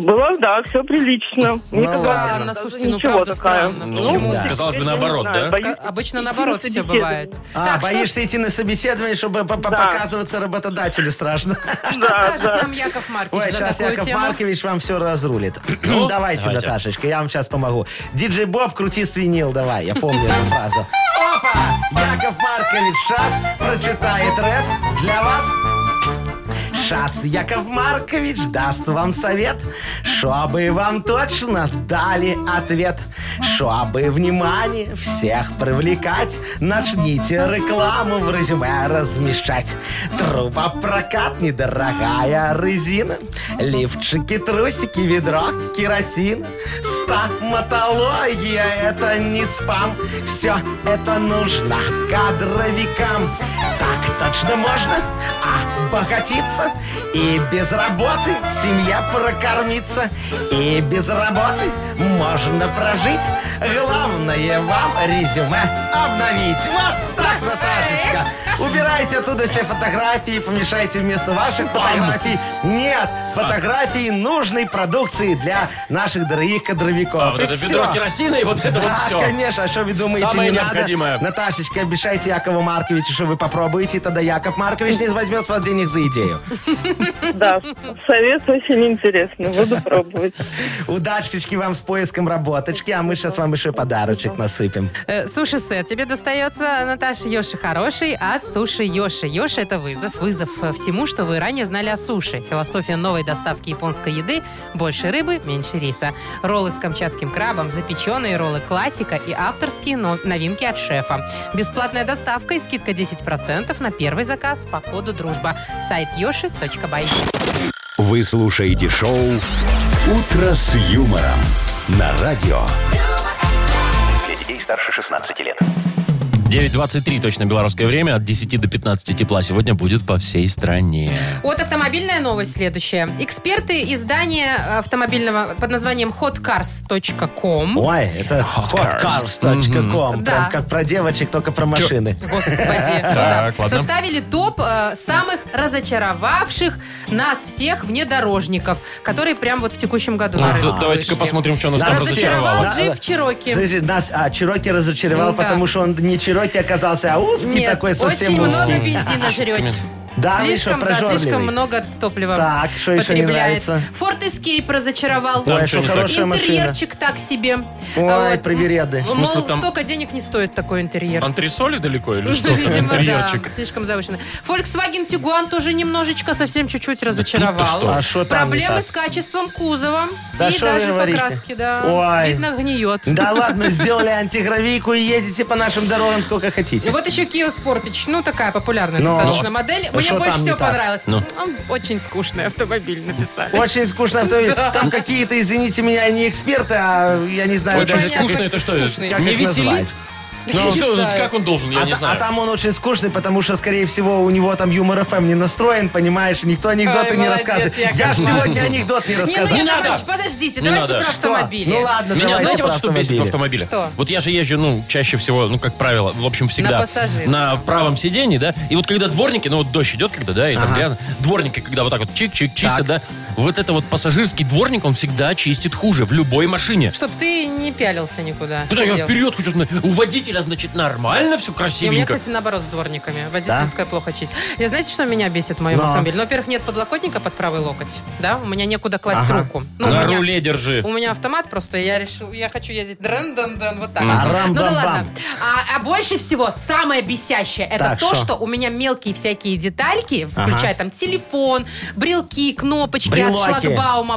S5: Было, да, все прилично.
S3: Ну
S5: Не казалось,
S3: ладно,
S5: даже
S4: слушайте, ну
S5: ничего
S4: правда
S5: такая.
S4: странно.
S2: Ну,
S3: да.
S2: казалось бы,
S5: я не
S2: наоборот,
S5: знаю,
S2: да?
S5: боюсь
S4: Как обычно
S5: идти на
S4: наоборот все
S5: собеседование.
S4: бывает.
S3: А,
S4: так,
S3: боишься идти на собеседование, чтобы по- по-
S5: Да.
S3: показываться работодателю страшно.
S4: что, что
S5: Да,
S4: скажет
S5: да.
S4: нам Яков Маркович
S3: Ой,
S4: за
S3: сейчас
S4: такую
S3: Яков
S4: тему?
S3: Маркович вам все разрулит.
S2: Ну,
S3: давайте,
S2: давайте.
S3: Наташечка, я вам сейчас помогу. Диджей Боб, крути свинил, давай, я помню эту фразу. Опа! Яков Маркович сейчас прочитает рэп для вас. Сейчас Яков Маркович даст вам совет, чтобы вам точно дали ответ. Чтобы внимание всех привлекать, начните рекламу в резюме размещать. Трубопрокат, недорогая резина, лифчики, трусики, ведро, керосин. Стоматология – это не спам, все это нужно кадровикам. Так точно можно, а богатиться и без работы семья прокормится, и без работы можно прожить. Главное вам резюме обновить. Вот так, Наташечка. Убирайте оттуда все фотографии, помешайте вместо ваших фотографий. Нет,
S2: А.
S3: фотографии нужной продукции для наших дорогих кадровиков.
S2: А, вот
S3: И
S2: это
S3: всё.
S2: ведро керосина и вот это
S3: Да,
S2: вот все.
S3: конечно, а что вы думаете,
S2: Самое
S3: не надо?
S2: необходимое.
S3: Наташечка, обещайте Якову Марковичу, что вы попробуете, и тогда Яков Маркович не возьмет с вас денег за идею.
S5: Да, совет очень интересный, буду пробовать.
S3: Удачечки вам с поиском работочки, а мы сейчас вам еще подарочек насыпем.
S4: Э, Суши-сет тебе достается, Наташа Йоши Хороший, от Суши Йоши. Йоши – это вызов. Вызов э, всему, что вы ранее знали о суши. Философия новой доставки японской еды – больше рыбы, меньше риса. Роллы с камчатским крабом, запеченные роллы классика и авторские но- новинки от шефа. Бесплатная доставка и скидка 10% на первый заказ по коду «Дружба». Сайт yoshi.by.
S1: Вы слушаете шоу «Утро с юмором» на радио.
S6: Для детей старше 16 лет.
S2: 9.23 точно белорусское время. От 10 до 15 тепла сегодня будет по всей стране.
S4: Вот автомобильная новость следующая. Эксперты издания автомобильного под названием hotcars.com
S3: Ой, это hotcars.com.
S4: Да.
S3: Прям как про девочек, только про машины.
S4: Господи. Ну да.
S2: Так, ладно.
S4: Составили топ э, самых разочаровавших нас всех внедорожников, которые прям вот в текущем году на
S2: Ну,
S4: рынок
S2: да- Давайте-ка
S4: вышли.
S2: посмотрим, что нас там
S4: Нас
S2: разочаровало.
S4: разочаровало. разочаровал джип Чироки.
S3: Слушай, нас, а, Чироки разочаровал,
S4: Ну да.
S3: потому что он не Чироки оказался, а узкий
S4: Нет,
S3: такой, совсем
S4: очень
S3: узкий.
S4: много бензина жрете.
S3: Да, вы что,
S4: слишком, да, слишком
S3: прожорливый?
S4: много топлива
S3: Так, что еще не
S4: потребляет.
S3: нравится?
S4: Ford Escape разочаровал.
S2: Там что
S3: Ой, что
S2: не так?
S3: хорошая машина.
S4: Интерьерчик так себе.
S3: Ой,
S4: А м-
S3: привереды.
S4: Мол,
S2: смысле, там-
S4: столько денег не стоит такой интерьер.
S2: Антресоли далеко или
S4: Ну,
S2: что там?
S4: видимо, да, Э,
S2: Интерьерчик.
S4: слишком завышенно. Volkswagen Tiguan тоже немножечко, совсем чуть-чуть
S2: что?
S4: разочаровал.
S3: А что там не
S4: Проблемы
S3: так?
S4: с качеством кузова
S3: Да
S4: и
S3: что вы
S4: даже
S3: говорите?
S4: покраски, да.
S3: Ой.
S4: Видно, гниет.
S3: Да ладно, сделали антигравийку и ездите по нашим дорогам сколько
S4: И
S3: хотите.
S4: вот еще Kia Sportage. Ну, такая популярная
S3: Но.
S4: достаточно модель. Мне
S3: а Что
S4: больше
S3: там не
S4: всего
S3: так?
S4: понравилось.
S2: Ну.
S4: М, Очень скучный автомобиль написали.
S3: Очень скучно автомобиль. Там какие-то, извините меня, не эксперты, а я не знаю.
S2: Очень
S3: даже, как-
S2: скучно это что?
S4: Скучный.
S3: как
S2: Не
S3: их
S2: веселит? Ну,
S3: назвать. Ну,
S4: Я не
S2: Всё,
S4: знаю.
S2: Как он должен, я
S3: А,
S2: не
S3: та- а
S2: знаю.
S3: там он очень скучный, потому что, скорее всего, у него там юмор ФМ не настроен, понимаешь, и никто анекдоты
S4: Ой,
S3: не
S4: молодец,
S3: рассказывает.
S4: Яков
S3: Я ж
S4: Маркович.
S3: сегодня анекдот не
S4: Не, ну,
S3: рассказал.
S2: Не
S4: Яков
S2: надо.
S4: Маркович, подождите,
S2: Не
S4: давайте
S2: надо.
S4: про
S3: Что?
S4: автомобили.
S3: Ну ладно,
S2: Меня
S3: давайте
S2: знаете,
S3: про
S2: вот что бесит в
S3: автомобили.
S2: автомобиле?
S4: Что?
S2: Вот я же езжу, ну, чаще всего, ну, как правило, в общем, всегда.
S4: На пассажирском.
S2: на правом сиденье, да? И вот когда дворники, ну, вот дождь идет когда, да, и там
S3: Ага.
S2: грязно. Дворники, когда вот так вот чик-чик чистят, да? Вот это вот пассажирский дворник, он всегда чистит хуже в любой машине.
S4: Чтоб ты не пялился никуда.
S2: Куда я
S4: сидел.
S2: вперед хочу смотреть? У водителя, значит, нормально все
S4: И у меня,
S2: красивенько.
S4: кстати, наоборот, с дворниками. Водительская плохо чисть. Я знаете, что меня бесит в моем
S3: Но.
S4: автомобиле? Ну, во-первых, нет подлокотника под правый локоть. Да, у меня некуда класть
S3: Ага.
S4: руку. Ну, у
S2: На
S4: меня-
S2: руле держи.
S4: У меня автомат просто, я решил, я хочу ездить дрен ден ден вот так.
S3: А,
S4: Ну да
S3: рам-бам-бам.
S4: ладно. А, а больше всего самое бесящее это
S3: Так,
S4: то,
S3: шо?
S4: что у меня мелкие всякие детальки, включая там телефон, брелки, кнопочки
S3: Брелоки.
S4: от шлагбаума,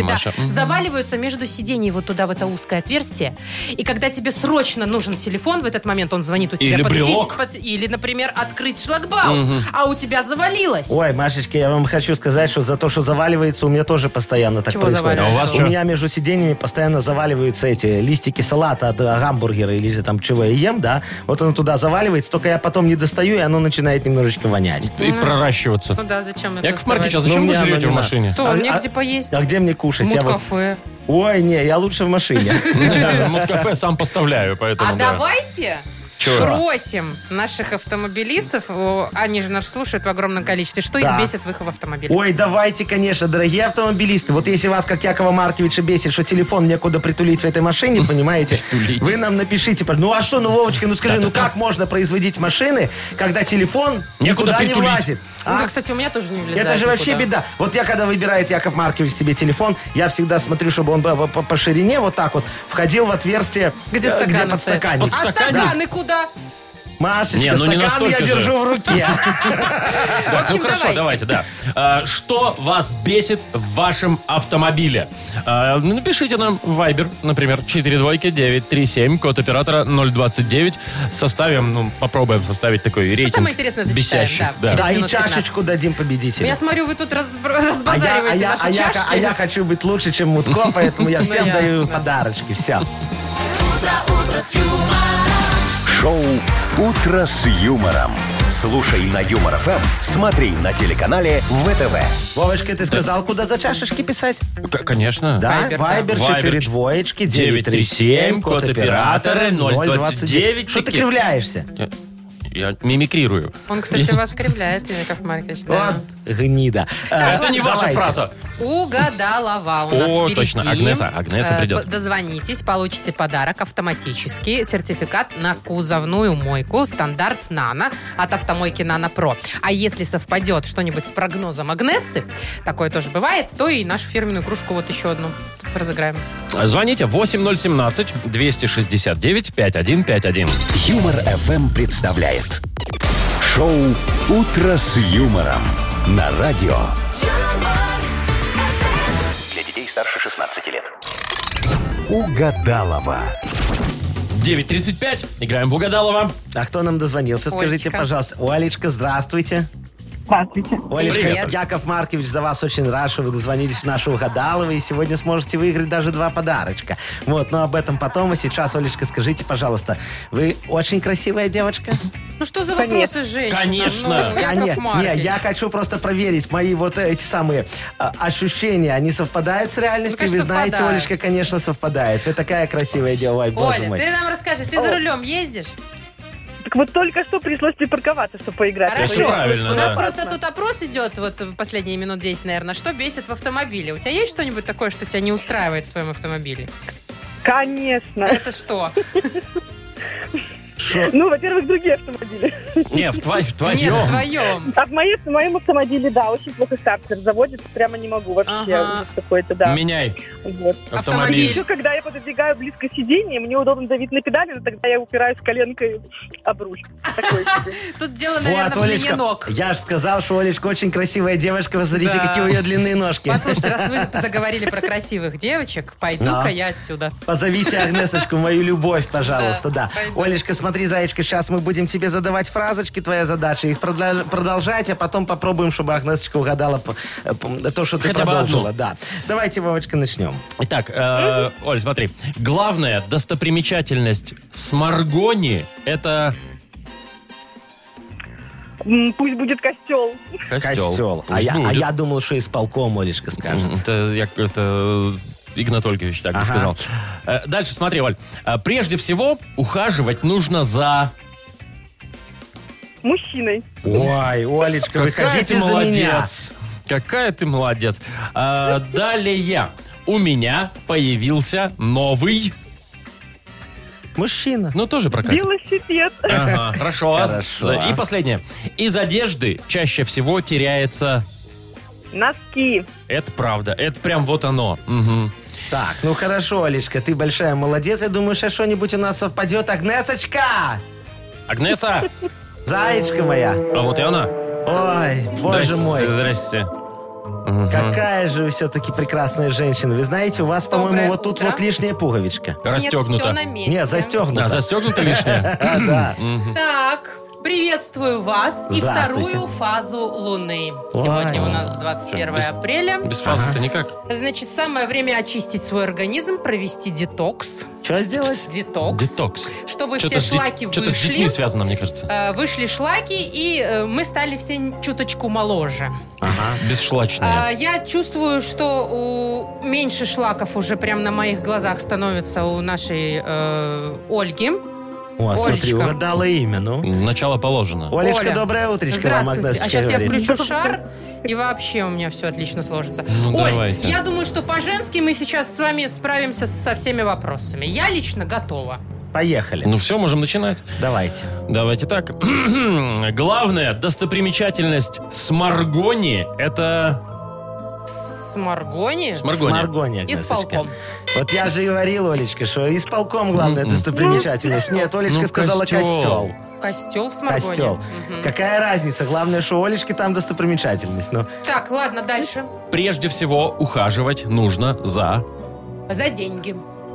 S2: Брелоки,
S4: да,
S2: Маша. Мгм.
S4: заваливаются между сидений вот туда в это узкое отверстие. И когда тебе срочно нужен телефон в этот момент, он звонит у тебя
S2: Или
S4: под сидеть-
S2: брелок.
S4: под- или, например, открыть шлагбаум, а у тебя завалилось.
S3: Ой, Машечка, я вам хочу сказать, что за то, что заваливается, у меня тоже постоянно так
S4: Чего
S3: происходит.
S4: заваливается?
S2: А у вас
S3: у
S2: что?
S3: меня между сиденьями постоянно заваливаются эти листики салата от э, гамбургера или же там чего я ем, да. Вот оно туда заваливается, только я потом не достаю, и оно начинает немножечко вонять.
S2: И проращиваться.
S4: Ну да, зачем это?
S2: Яков Маркич, а
S4: оставать?
S2: зачем вы
S3: Ну, мне оно
S2: жрете
S3: не
S2: в
S3: надо.
S2: машине?
S4: Что,
S3: а-
S4: негде поесть?
S3: А где мне кушать? Я вот...
S4: Муд-кафе.
S3: Ой, не, я лучше в машине.
S2: Ну, кафе сам поставляю, поэтому...
S4: А
S2: да.
S4: давайте
S2: Чего?
S4: спросим наших автомобилистов, о, они же нас слушают в огромном количестве, что
S3: Да.
S4: их бесит в их автомобиле.
S3: Ой, давайте, конечно, дорогие автомобилисты. Вот если вас, как Якова Марковича, бесит, что телефон некуда притулить в этой машине, понимаете,
S2: Притулить.
S3: вы нам напишите. про- Ну а что, ну, Вовочка, ну скажи, ну как можно производить машины, когда телефон
S2: Некуда
S3: никуда не
S2: притулить.
S3: влазит?
S4: Ну,
S3: А?
S4: да, кстати, у меня тоже не влезает
S3: Это же вообще
S4: никуда.
S3: беда. Вот я, когда выбирает Яков Маркович себе телефон, я всегда смотрю, чтобы он по, по- по ширине вот так вот входил в отверстие,
S4: Где
S3: э,
S4: стакан
S3: где
S4: стоит?
S3: подстаканник.
S4: А стаканы куда?
S3: Машечка,
S2: Не, ну не
S3: стакан я
S2: настолько же.
S3: держу в руке.
S2: Так,
S4: В общем,
S2: ну хорошо, давайте, да. А, Что вас бесит в вашем автомобиле? А, ну, Напишите нам в Viber, например, 42937, код оператора 029. Составим, ну, попробуем составить такой рейтинг.
S4: Ну, Самое интересное зачитаем,
S2: бесящих,
S4: да.
S3: Да, А и
S4: минут 15.
S3: чашечку дадим победителю.
S4: Я смотрю, вы тут раз-
S3: А я, а
S4: разбазариваете
S3: я-
S4: наши
S3: а я-
S4: чашки.
S3: а я хочу быть лучше, чем Мутко, поэтому я
S4: Ну,
S3: всем
S4: ясно.
S3: даю подарочки. Все.
S1: Шоу «Утро с юмором» Слушай на Юмор ФМ, смотри на телеканале ВТВ.
S3: Вовочка, ты сказал, куда за чашечки писать?
S2: Да, конечно.
S3: Да,
S4: Вайбер, да.
S3: Вайбер,
S2: Вайбер,
S3: 4 двоечки,
S2: 937,
S3: 937,
S2: код оператора 029.
S3: Что ты кривляешься?
S2: Я мимикрирую.
S4: Он, кстати, вас кривляет, Яков Маркович. да.
S3: Вот гнида. А,
S2: Это не ваша
S3: давайте.
S2: фраза.
S4: Угадалова у нас
S2: О,
S4: впереди.
S2: точно, Агнеса, Агнеса
S4: Э,
S2: придет.
S4: п- Дозвонитесь, получите подарок автоматически. Сертификат на кузовную мойку стандарт «Нано» от автомойки «Нано Про». А если совпадет что-нибудь с прогнозом Агнесы, такое тоже бывает, то и нашу фирменную кружку вот еще одну разыграем.
S2: Звоните 8017 269 5151.
S1: Юмор ФМ представляет шоу Утро с юмором на радио.
S6: Для детей старше 16 лет.
S1: Угадалова.
S2: 9.35. Играем в Угадалова.
S3: А кто нам дозвонился? Скажите,
S4: Олечка.
S3: пожалуйста. Олечка, здравствуйте.
S5: Здравствуйте.
S3: Олечка,
S2: Привет.
S3: Яков Маркович за вас очень рад, что вы дозвонились в нашу угадалову, и сегодня сможете выиграть даже два подарочка. Вот, но об этом потом, а сейчас, Олечка, скажите, пожалуйста, вы очень красивая девочка?
S4: Ну что за вопросы, женщина?
S2: Конечно.
S4: Ну, Яков
S3: А, не,
S4: Маркович.
S3: не, я хочу просто проверить мои вот эти самые а, ощущения, они совпадают с реальностью?
S4: Ну, конечно,
S3: вы знаете,
S4: совпадают.
S3: Олечка, конечно, совпадает. Вы такая красивая девочка, ой, боже
S4: Оля,
S3: мой.
S4: ты нам расскажи, ты за рулем ездишь?
S5: Так вот только что пришлось припарковаться, чтобы поиграть.
S2: Это правильно,
S4: У нас
S2: да.
S4: просто тут опрос идет вот в последние минут 10, наверное. Что бесит в автомобиле? У тебя есть что-нибудь такое, что тебя не устраивает в твоем автомобиле?
S5: Конечно.
S4: Это что?
S3: Шо-
S5: Ну, во-первых, другие автомобили.
S2: Не, в, твой- в
S4: Нет, в
S2: твоем.
S4: твоем.
S5: А в, моей, в моем автомобиле, да, очень плохо стартер заводится, прямо не могу вообще.
S4: Ага.
S5: Ужас какой-то, да.
S2: Меняй
S5: Вот.
S2: автомобиль.
S5: Еще когда я пододвигаю близко сиденье, мне удобно давить на педали, но тогда я упираюсь коленкой об руль. Такое себе.
S4: Тут дело,
S3: Вот,
S4: наверное, в длине
S3: Олечка,
S4: ног.
S3: я же сказал, что Олечка очень красивая девочка. Вы смотрите,
S4: Да.
S3: какие у нее длинные ножки.
S4: Послушайте, раз вы заговорили про красивых девочек, пойду-ка
S3: Да.
S4: я отсюда.
S3: Позовите Агнесочку, мою любовь, пожалуйста,
S4: Да,
S3: да.
S4: пойду.
S3: Олечка, смотри, зайчка, сейчас мы будем тебе задавать фразочки, твоя задача, их продла- продолжать, а потом попробуем, чтобы Агнесочка угадала по- э, по- то, что ты
S2: Хотя бы
S3: продолжила.
S2: одну.
S3: Да. Давайте, Вовочка, начнем.
S2: Итак, э, Оль, смотри. Главная достопримечательность Сморгони – это
S5: М, Пусть будет костел.
S2: костел.
S3: Костел. А
S2: Пусть
S3: я, а
S2: будет.
S3: я думал, что исполком Олечка скажет.
S2: Это, я- это Игнат Ольгович так и
S3: Ага.
S2: сказал. Э, Дальше, смотри, Оль. Э, Прежде всего, ухаживать нужно за...
S5: Мужчиной.
S3: Ой, Олечка,
S2: Какая ты
S3: выходите за меня.
S2: молодец. Какая ты молодец. А, далее. У меня появился новый...
S3: Мужчина.
S2: Ну, тоже прокатит.
S5: Велосипед.
S2: Ага, хорошо.
S3: Хорошо.
S2: За- И последнее. Из одежды чаще всего теряется...
S5: Носки.
S2: Это правда. Это прям вот оно. Мгм.
S3: Так, ну хорошо, Олечка, ты большая молодец. Я думаю, что что-нибудь у нас совпадет. Агнесочка!
S2: Агнеса!
S3: Зайчка моя.
S2: А вот и она.
S3: Ой, боже
S2: Здрасте,
S3: мой.
S2: Здрасте.
S3: Какая же вы все-таки прекрасная женщина. Вы знаете, у вас, по-моему,
S4: Доброе
S3: вот тут
S4: утро.
S3: вот лишняя пуговичка.
S4: Нет, все
S2: Расстегнуто.
S4: на месте.
S3: Не,
S2: Да,
S3: застегнута.
S2: застегнуто лишнее.
S3: А, да.
S4: Так, приветствую вас и
S3: Здравствуйте.
S4: вторую фазу Луны. Сегодня у нас 21
S2: Без-
S4: апреля.
S2: Без фазы-то никак.
S4: Значит, самое время очистить свой организм, провести детокс.
S3: Что сделать?
S4: Детокс.
S2: Детокс.
S4: Чтобы
S2: Чё-то
S4: все
S2: с де-
S4: шлаки
S2: чё-то с детьми
S4: вышли.
S2: связано, мне кажется.
S4: Э, Вышли шлаки, и э, мы стали все н- чуточку моложе.
S2: Бесшлачное.
S4: А, Я чувствую, что у- меньше шлаков уже прям на моих глазах становится у нашей э, Ольги.
S3: О, а смотри,
S4: Олечка.
S3: угадала имя, ну.
S2: Начало положено.
S3: Олечка,
S4: Оля.
S3: доброе утречко вам,
S4: Здравствуйте.
S3: Агнесочка
S4: А сейчас я
S3: говорит.
S4: включу шар, и вообще у меня все отлично сложится.
S2: Ну,
S4: Оль,
S2: давайте.
S4: я думаю, что по-женски мы сейчас с вами справимся со всеми вопросами. Я лично готова.
S3: Поехали.
S2: Ну все, можем начинать.
S3: Давайте.
S2: Давайте так. Главная достопримечательность Сморгони – это...
S4: С Маргони?
S2: Сморгони.
S3: Сморгония,
S4: И с
S3: Агнесочка.
S4: полком.
S3: Вот я же и говорил, Олечка, что исполком главная
S2: Мгм.
S3: достопримечательность. Нет, Олечка
S2: Ну,
S3: сказала
S2: костёл.
S3: костел.
S4: Костел в Сморгоне.
S3: Костел.
S4: Мгм.
S3: Какая разница? Главное, что у Олечки там достопримечательность. Ну,
S4: Так, ладно, дальше.
S2: Прежде всего, ухаживать нужно за...
S4: За деньги.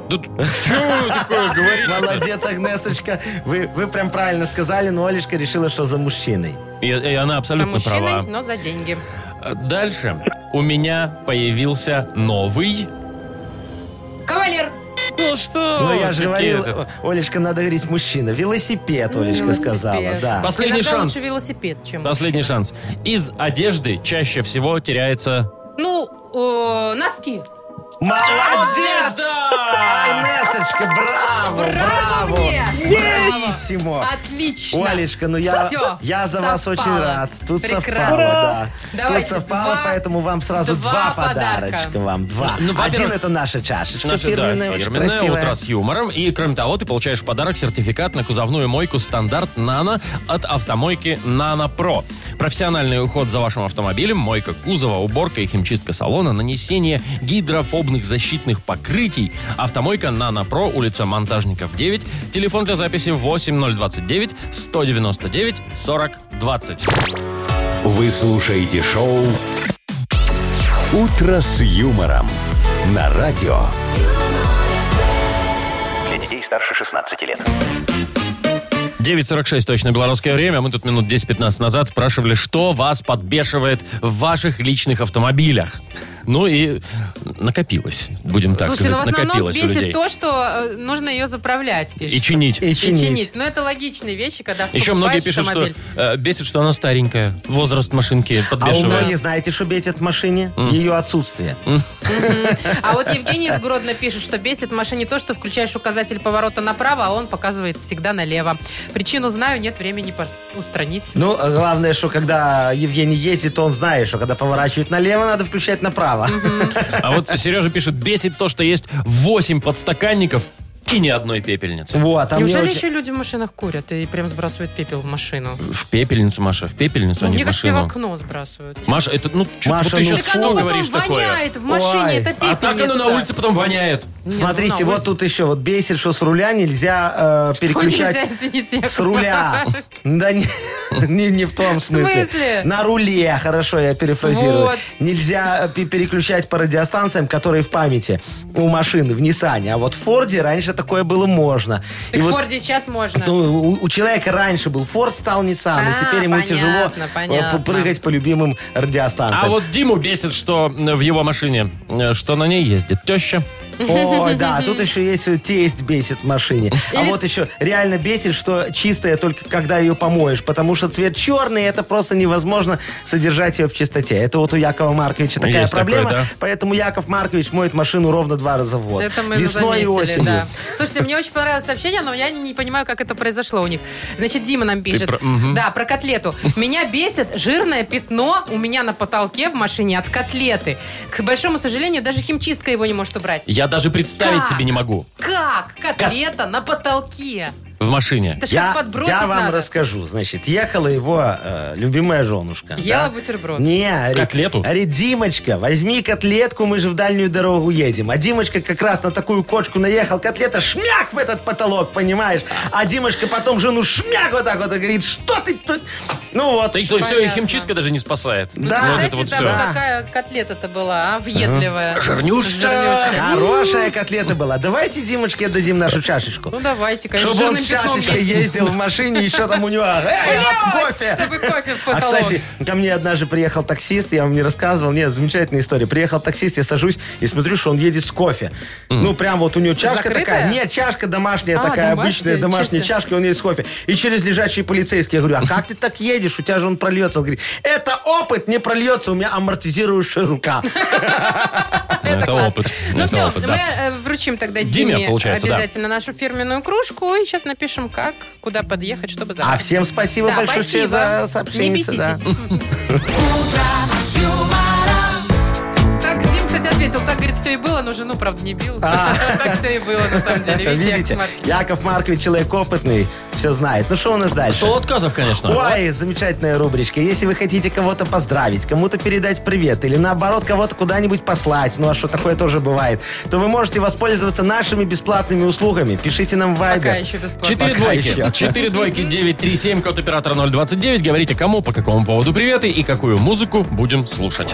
S2: Да тут- чё вы такое говорите?
S3: молодец, Агнесочка. Вы, вы прям правильно сказали, но Олечка решила, что за мужчиной.
S2: И, и она
S4: За
S2: абсолютно
S4: мужчиной,
S2: права.
S4: но за деньги.
S2: Дальше. У меня появился новый...
S4: Кавалер.
S2: О, Ну что?
S3: Но
S2: вы,
S3: я же
S2: какие
S3: говорил,
S2: это?
S3: О- Олечка, надо говорить мужчина. Велосипед, Олечка сказала, да.
S2: Пос- Последний
S4: Иногда
S2: шанс.
S4: лучше велосипед, чем
S2: Последний
S4: мужчина.
S2: шанс. Из одежды чаще всего теряется...
S4: Ну, э, носки.
S3: Молодец!
S2: Да!
S3: Инессочка, браво,
S4: Браво
S3: браво!
S4: мне! А
S3: Брависсимо!
S4: Отлично.
S3: Олечка, ну я,
S4: Всё,
S3: я за вас
S4: совпало.
S3: очень рад. Тут
S4: Прекрасно.
S3: совпало, да.
S4: Давайте
S3: Тут совпало,
S4: два-
S3: поэтому вам сразу
S4: два
S3: два,
S4: подарка.
S3: подарочка. Вам два.
S2: Ну, во-первых,
S3: Один это наша чашечка
S2: Наша, да,
S3: фирменная, очень
S2: фирменная,
S3: красивая.
S2: утро с юмором. И, кроме того, ты получаешь в подарок сертификат на кузовную мойку «Стандарт Нано» от автомойки «Нано Про». Профессиональный уход за вашим автомобилем, мойка кузова, уборка и химчистка салона, нанесение гидрофобных защитных покрытий. Автомойка «Нано Про», улица Монтажников, 9. Телефон для записи 8029-199-4020.
S1: Вы слушаете шоу «Утро с юмором» на радио.
S6: Для детей старше 16 лет.
S2: 9.46 точно белорусское время. Мы тут минут 10-15 назад спрашивали, что вас подбешивает в ваших личных автомобилях. Ну и накопилось, будем так
S4: Слушайте, ну в
S2: сказать,
S4: основном
S2: накопилось у
S4: бесит
S2: людей.
S4: то, что э, нужно ее заправлять.
S2: И
S4: пишут.
S2: чинить.
S3: И
S4: И
S3: чинить.
S4: чинить. Ну, это логичные вещи, когда
S2: Еще
S4: покупаешь
S2: многие пишут, что
S4: автомобиль.
S2: э, бесит, что она старенькая. Возраст машинки
S3: А у многих,
S2: подбешивает.
S3: знаете, что бесит в машине? Ее отсутствие.
S4: А вот Евгений из Гродно пишет, что бесит в машине то, что включаешь указатель поворота направо, а он показывает всегда налево. Причину знаю, нет времени пос- устранить.
S3: Ну, а главное, что когда Евгений ездит, то он знает, что когда поворачивает налево, надо включать направо.
S2: А вот Сережа пишет, бесит то, что есть 8 подстаканников и ни одной пепельницы.
S3: Вот, а мне
S4: Неужели
S3: очень-
S4: еще люди в машинах курят и прям сбрасывают пепел в машину? Ну,
S2: В пепельницу, Маша, в пепельницу, а не
S4: Мне
S2: в
S4: кажется, в
S2: машину.
S4: окно сбрасывают.
S2: Маша, это, ну, чё-
S3: Маша,
S2: вот ты
S3: ну,
S2: сейчас
S3: Так
S4: оно
S2: что
S4: потом
S2: говоришь такое?
S4: воняет в машине,
S3: Ой.
S4: это
S2: А так оно на
S4: пепельница.
S2: улице потом воняет.
S4: Не, ну,
S3: Смотрите,
S4: на
S3: вот
S4: улице.
S3: тут еще вот бесит, что с руля нельзя э,
S4: Что
S3: переключать.
S4: нельзя, извините, Яков
S3: С руля.
S4: Маркович?
S3: Да не, не, не в том смысле.
S4: смысле?
S3: На руле, хорошо, я перефразирую.
S4: Вот.
S3: Нельзя э, пе- переключать по радиостанциям, которые в памяти у машины в Ниссане. А вот в Форде раньше такое было можно.
S4: Так в
S3: вот,
S4: Форде сейчас можно.
S3: ну, у, у человека раньше был Форд, стал Ниссан,
S4: А,
S3: и теперь ему
S4: понятно,
S3: тяжело
S4: понятно.
S3: э, п- прыгать по любимым
S2: А
S3: радиостанциям.
S2: вот Диму бесит, что в его машине, э, что на ней ездит теща.
S3: Ой, да, тут еще есть э, тесть бесит в машине. А
S4: Или-
S3: вот еще реально бесит, что чистая только когда ее помоешь, потому что цвет черный, это просто невозможно содержать ее в чистоте. Это вот у Якова Марковича такая
S2: Есть такое,
S3: проблема,
S2: да.
S3: поэтому Яков Маркович моет машину ровно два раза в год.
S4: Это мы
S3: Весной и
S4: заметили,
S3: осенью.
S4: да. Слушайте, мне очень понравилось сообщение, но я не понимаю, как это произошло у них. Значит, Дима нам пишет.
S2: про- мгм.
S4: Да, про котлету. Меня бесит жирное пятно у меня на потолке в машине от котлеты. К большому сожалению, даже химчистка его не может убрать.
S2: Я даже представить
S4: Как?
S2: себе не могу
S4: Как? Котлета на потолке.
S2: в машине.
S4: Это ж
S3: Я,
S4: как подбросить
S3: я вам
S4: надо.
S3: расскажу. Значит, ехала его э, любимая женушка.
S4: Ела
S3: да?
S4: бутерброд.
S3: Не, говорит,
S2: Котлету?
S3: говорит, Димочка, возьми котлетку, мы же в дальнюю дорогу едем. А Димочка как раз на такую кочку наехал, котлета шмяк в этот потолок, понимаешь? А Димочка потом жену шмяк вот так вот и говорит, что ты тут? Ну вот.
S2: Так что все, и
S4: Понятно.
S2: химчистка даже не спасает.
S3: Да.
S2: Вот
S4: Представьте,
S2: это вот
S4: там
S2: все.
S3: да.
S4: какая котлета-то была, а? Въедливая.
S2: Жирнющая.
S3: Хорошая котлета была. Давайте Димочке дадим нашу чашечку.
S4: Ну давайте, конечно,
S3: Чтобы он с
S4: жирным пятном
S3: чашечкой
S4: есть.
S3: ездил в машине, еще там у него «Эй, от кофе.
S4: Чтобы кофе в
S3: А,
S4: потолок.
S3: кстати, ко мне однажды приехал таксист, я вам не рассказывал. Нет, замечательная история. Приехал таксист, я сажусь и смотрю, что он едет с кофе. Ну, прям вот у него чашка
S4: Закрытая?
S3: такая. Нет, чашка домашняя
S4: А,
S3: такая,
S4: домашняя,
S3: обычная домашняя
S4: честно.
S3: чашка, и он едет с кофе. И через лежачие полицейские. Я говорю, а как ты так едешь? У тебя же он прольется. Он говорит, это опыт не прольется, у меня амортизирующая рука.
S2: Это
S4: классно.
S2: опыт.
S4: Ну
S2: Это
S4: все,
S2: опыт,
S4: мы
S2: да.
S4: э, вручим тогда
S2: Диме,
S4: Диме,
S2: получается, да.
S4: обязательно нашу фирменную кружку. И сейчас напишем, как, куда подъехать, чтобы
S3: А
S4: забрать.
S3: всем спасибо
S4: Да,
S3: большое все за
S4: Не
S3: сообщение.
S4: беситесь. Так, Дим, кстати, ответил. Так, говорит, все и было, но жену, правда, не бил. Так все и было, на самом деле. Видите,
S3: Видите,
S4: Яков Маркович?
S3: Яков Маркович человек опытный, все знает. Ну что у нас дальше?
S2: Стол отказов, конечно.
S3: Ой, замечательная рубричка. Если вы хотите кого-то поздравить, кому-то передать привет или наоборот кого-то куда-нибудь послать, ну а что такое тоже бывает, то вы можете воспользоваться нашими бесплатными услугами. Пишите нам в Viber.
S4: Пока еще бесплатно.
S2: Четыре
S3: Пока
S2: двойки.
S3: еще.
S2: Четыре двойки. 937, код оператора 029. Говорите, кому, по какому поводу приветы и какую музыку будем слушать.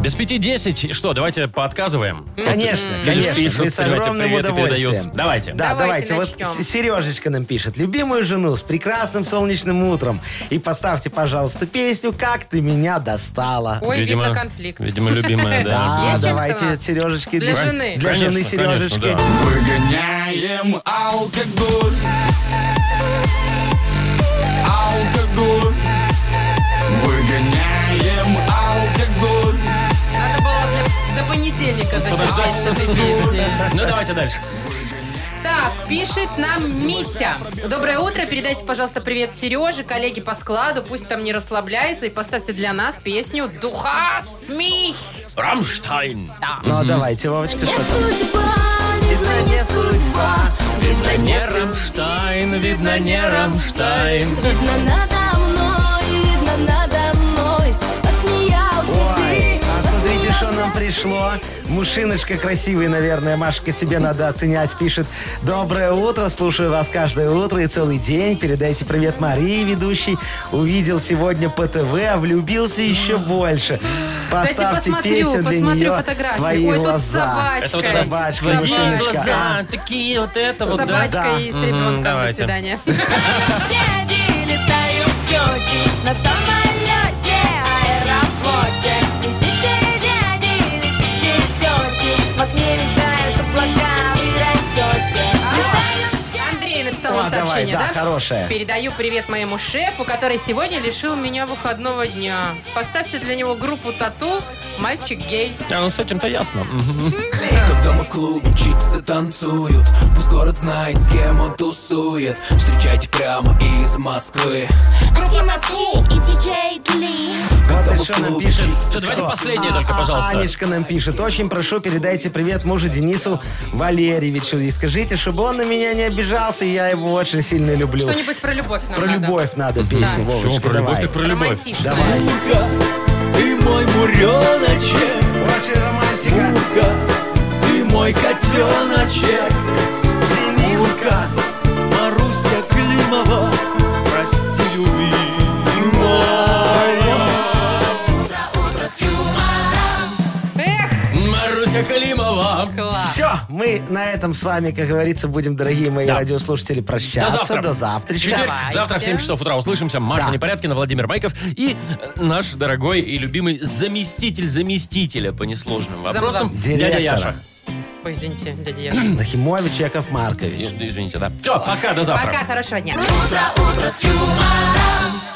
S2: Без пяти десять. Что, давайте поотказываем?
S3: Конечно,
S2: Люди
S3: конечно.
S2: пишут,
S3: Мы с
S2: привет,
S3: огромным
S2: привет и
S3: удовольствием.
S2: передают. Давайте.
S3: Да,
S4: Давайте
S3: давайте.
S4: начнем.
S3: Вот С- Сережечка нам пишет. Любимую жену с прекрасным солнечным утром. И поставьте, пожалуйста, песню «Как ты меня достала».
S4: Ой, видно конфликт.
S2: Видимо, любимая, да.
S3: Да,
S4: Есть чем-то
S3: давайте
S4: нас?
S3: Сережечки.
S4: Для
S3: для-
S4: жены.
S3: Для
S2: Конечно,
S3: жены
S2: конечно,
S3: Сережечки.
S2: да.
S8: Выгоняем алкоголь. Алкоголь. Выгоняем алкоголь.
S4: Надо было для- до понедельника
S2: Подождать.
S4: дотянуть этой песни.
S2: Ну, давайте дальше.
S4: Так, пишет нам Митя. Доброе утро. Передайте, пожалуйста, привет Сереже, коллеге по складу. Пусть там не расслабляется. И поставьте для нас песню «Духас Мих».
S2: Рамштайн.
S3: Ну, а давайте, Вовочка, что там?
S10: Видно, не судьба, видно,
S2: Не Рамштайн, видно, не Рамштайн.
S10: Видно надо мной, видно надо мной Посмеялся ты,
S3: Ой, а смотрите, что нам
S10: посмеялся
S3: пришло. Мушиночка красивый, наверное, Машка, тебе надо оценять, пишет. Доброе утро, слушаю вас каждое утро и целый день. Передайте привет Марии, ведущей. Увидел сегодня по ТВ, а влюбился еще больше. Поставьте
S4: посмотрю,
S3: песню для
S4: посмотрю
S3: нее
S4: фотографию.
S3: «Твои
S4: Ой, тут
S3: глаза».
S4: собачка.
S2: Это вот
S3: собачка,
S2: твои
S3: А, мышиночка.
S2: глаза, такие вот это вот, да?
S4: Собачка
S3: да.
S4: и с
S2: Мгм,
S4: ребенком. До
S2: давайте.
S4: свидания.
S10: Дяди летают тети на самолете, аэрофлоте Летите, дяди, летите, тети В окне витают облака, вы растете Летают
S4: Андрей написал нам
S3: А, давай,
S4: сообщение,
S3: да, хорошее.
S4: Передаю привет моему шефу, который сегодня лишил меня выходного дня. Поставьте для него группу «Тату» «Мальчик гей».
S2: А, ну с этим-то ясно. Мгм.
S8: Как дома в клубе чиксы танцуют Пусть город знает, с кем он тусует Встречайте прямо из Москвы
S10: Тимати и диджей Гли
S8: Как
S3: Вот
S8: дома в
S3: еще нам
S8: клубе
S3: пишет.
S2: Всё, давайте
S3: кто?
S2: последнее
S3: А,
S2: только,
S3: а,
S2: пожалуйста.
S3: Анечка нам пишет. Очень прошу, передайте привет мужу Денису Валерьевичу. И скажите, чтобы он на меня не обижался, я его очень сильно люблю.
S4: Что-нибудь про любовь нам
S3: Про
S4: надо.
S3: любовь надо песню, Вовочка,
S2: Чего, про любовь,
S3: давай.
S2: так про любовь.
S4: Романтично.
S3: Давай.
S8: Ты мой буреночек
S3: Очень романтика.
S8: Мурка, ты мой котеночек Дениска Маруся Климова Прости, любимая
S4: Эх,
S2: Маруся Калимова.
S4: класс.
S3: Все, мы на этом с вами, как говорится, будем, дорогие мои
S2: Да.
S3: радиослушатели,
S2: До
S3: прощаться.
S2: завтра.
S3: До завтрачка.
S2: Четверг.
S4: Давайте.
S2: Завтра в 7 часов утра услышимся. Маша
S3: Да.
S2: Непорядкина, Владимир Майков и э, наш дорогой и любимый заместитель заместителя по несложным вопросам. Дядя
S3: Директора.
S2: Яша.
S4: Ой, извините, дядя Яша.
S3: Нахимович Яков Маркович.
S2: Извините, да. Все, пока, до завтра.
S4: Пока, хорошего дня.
S10: Утро, утро с юмором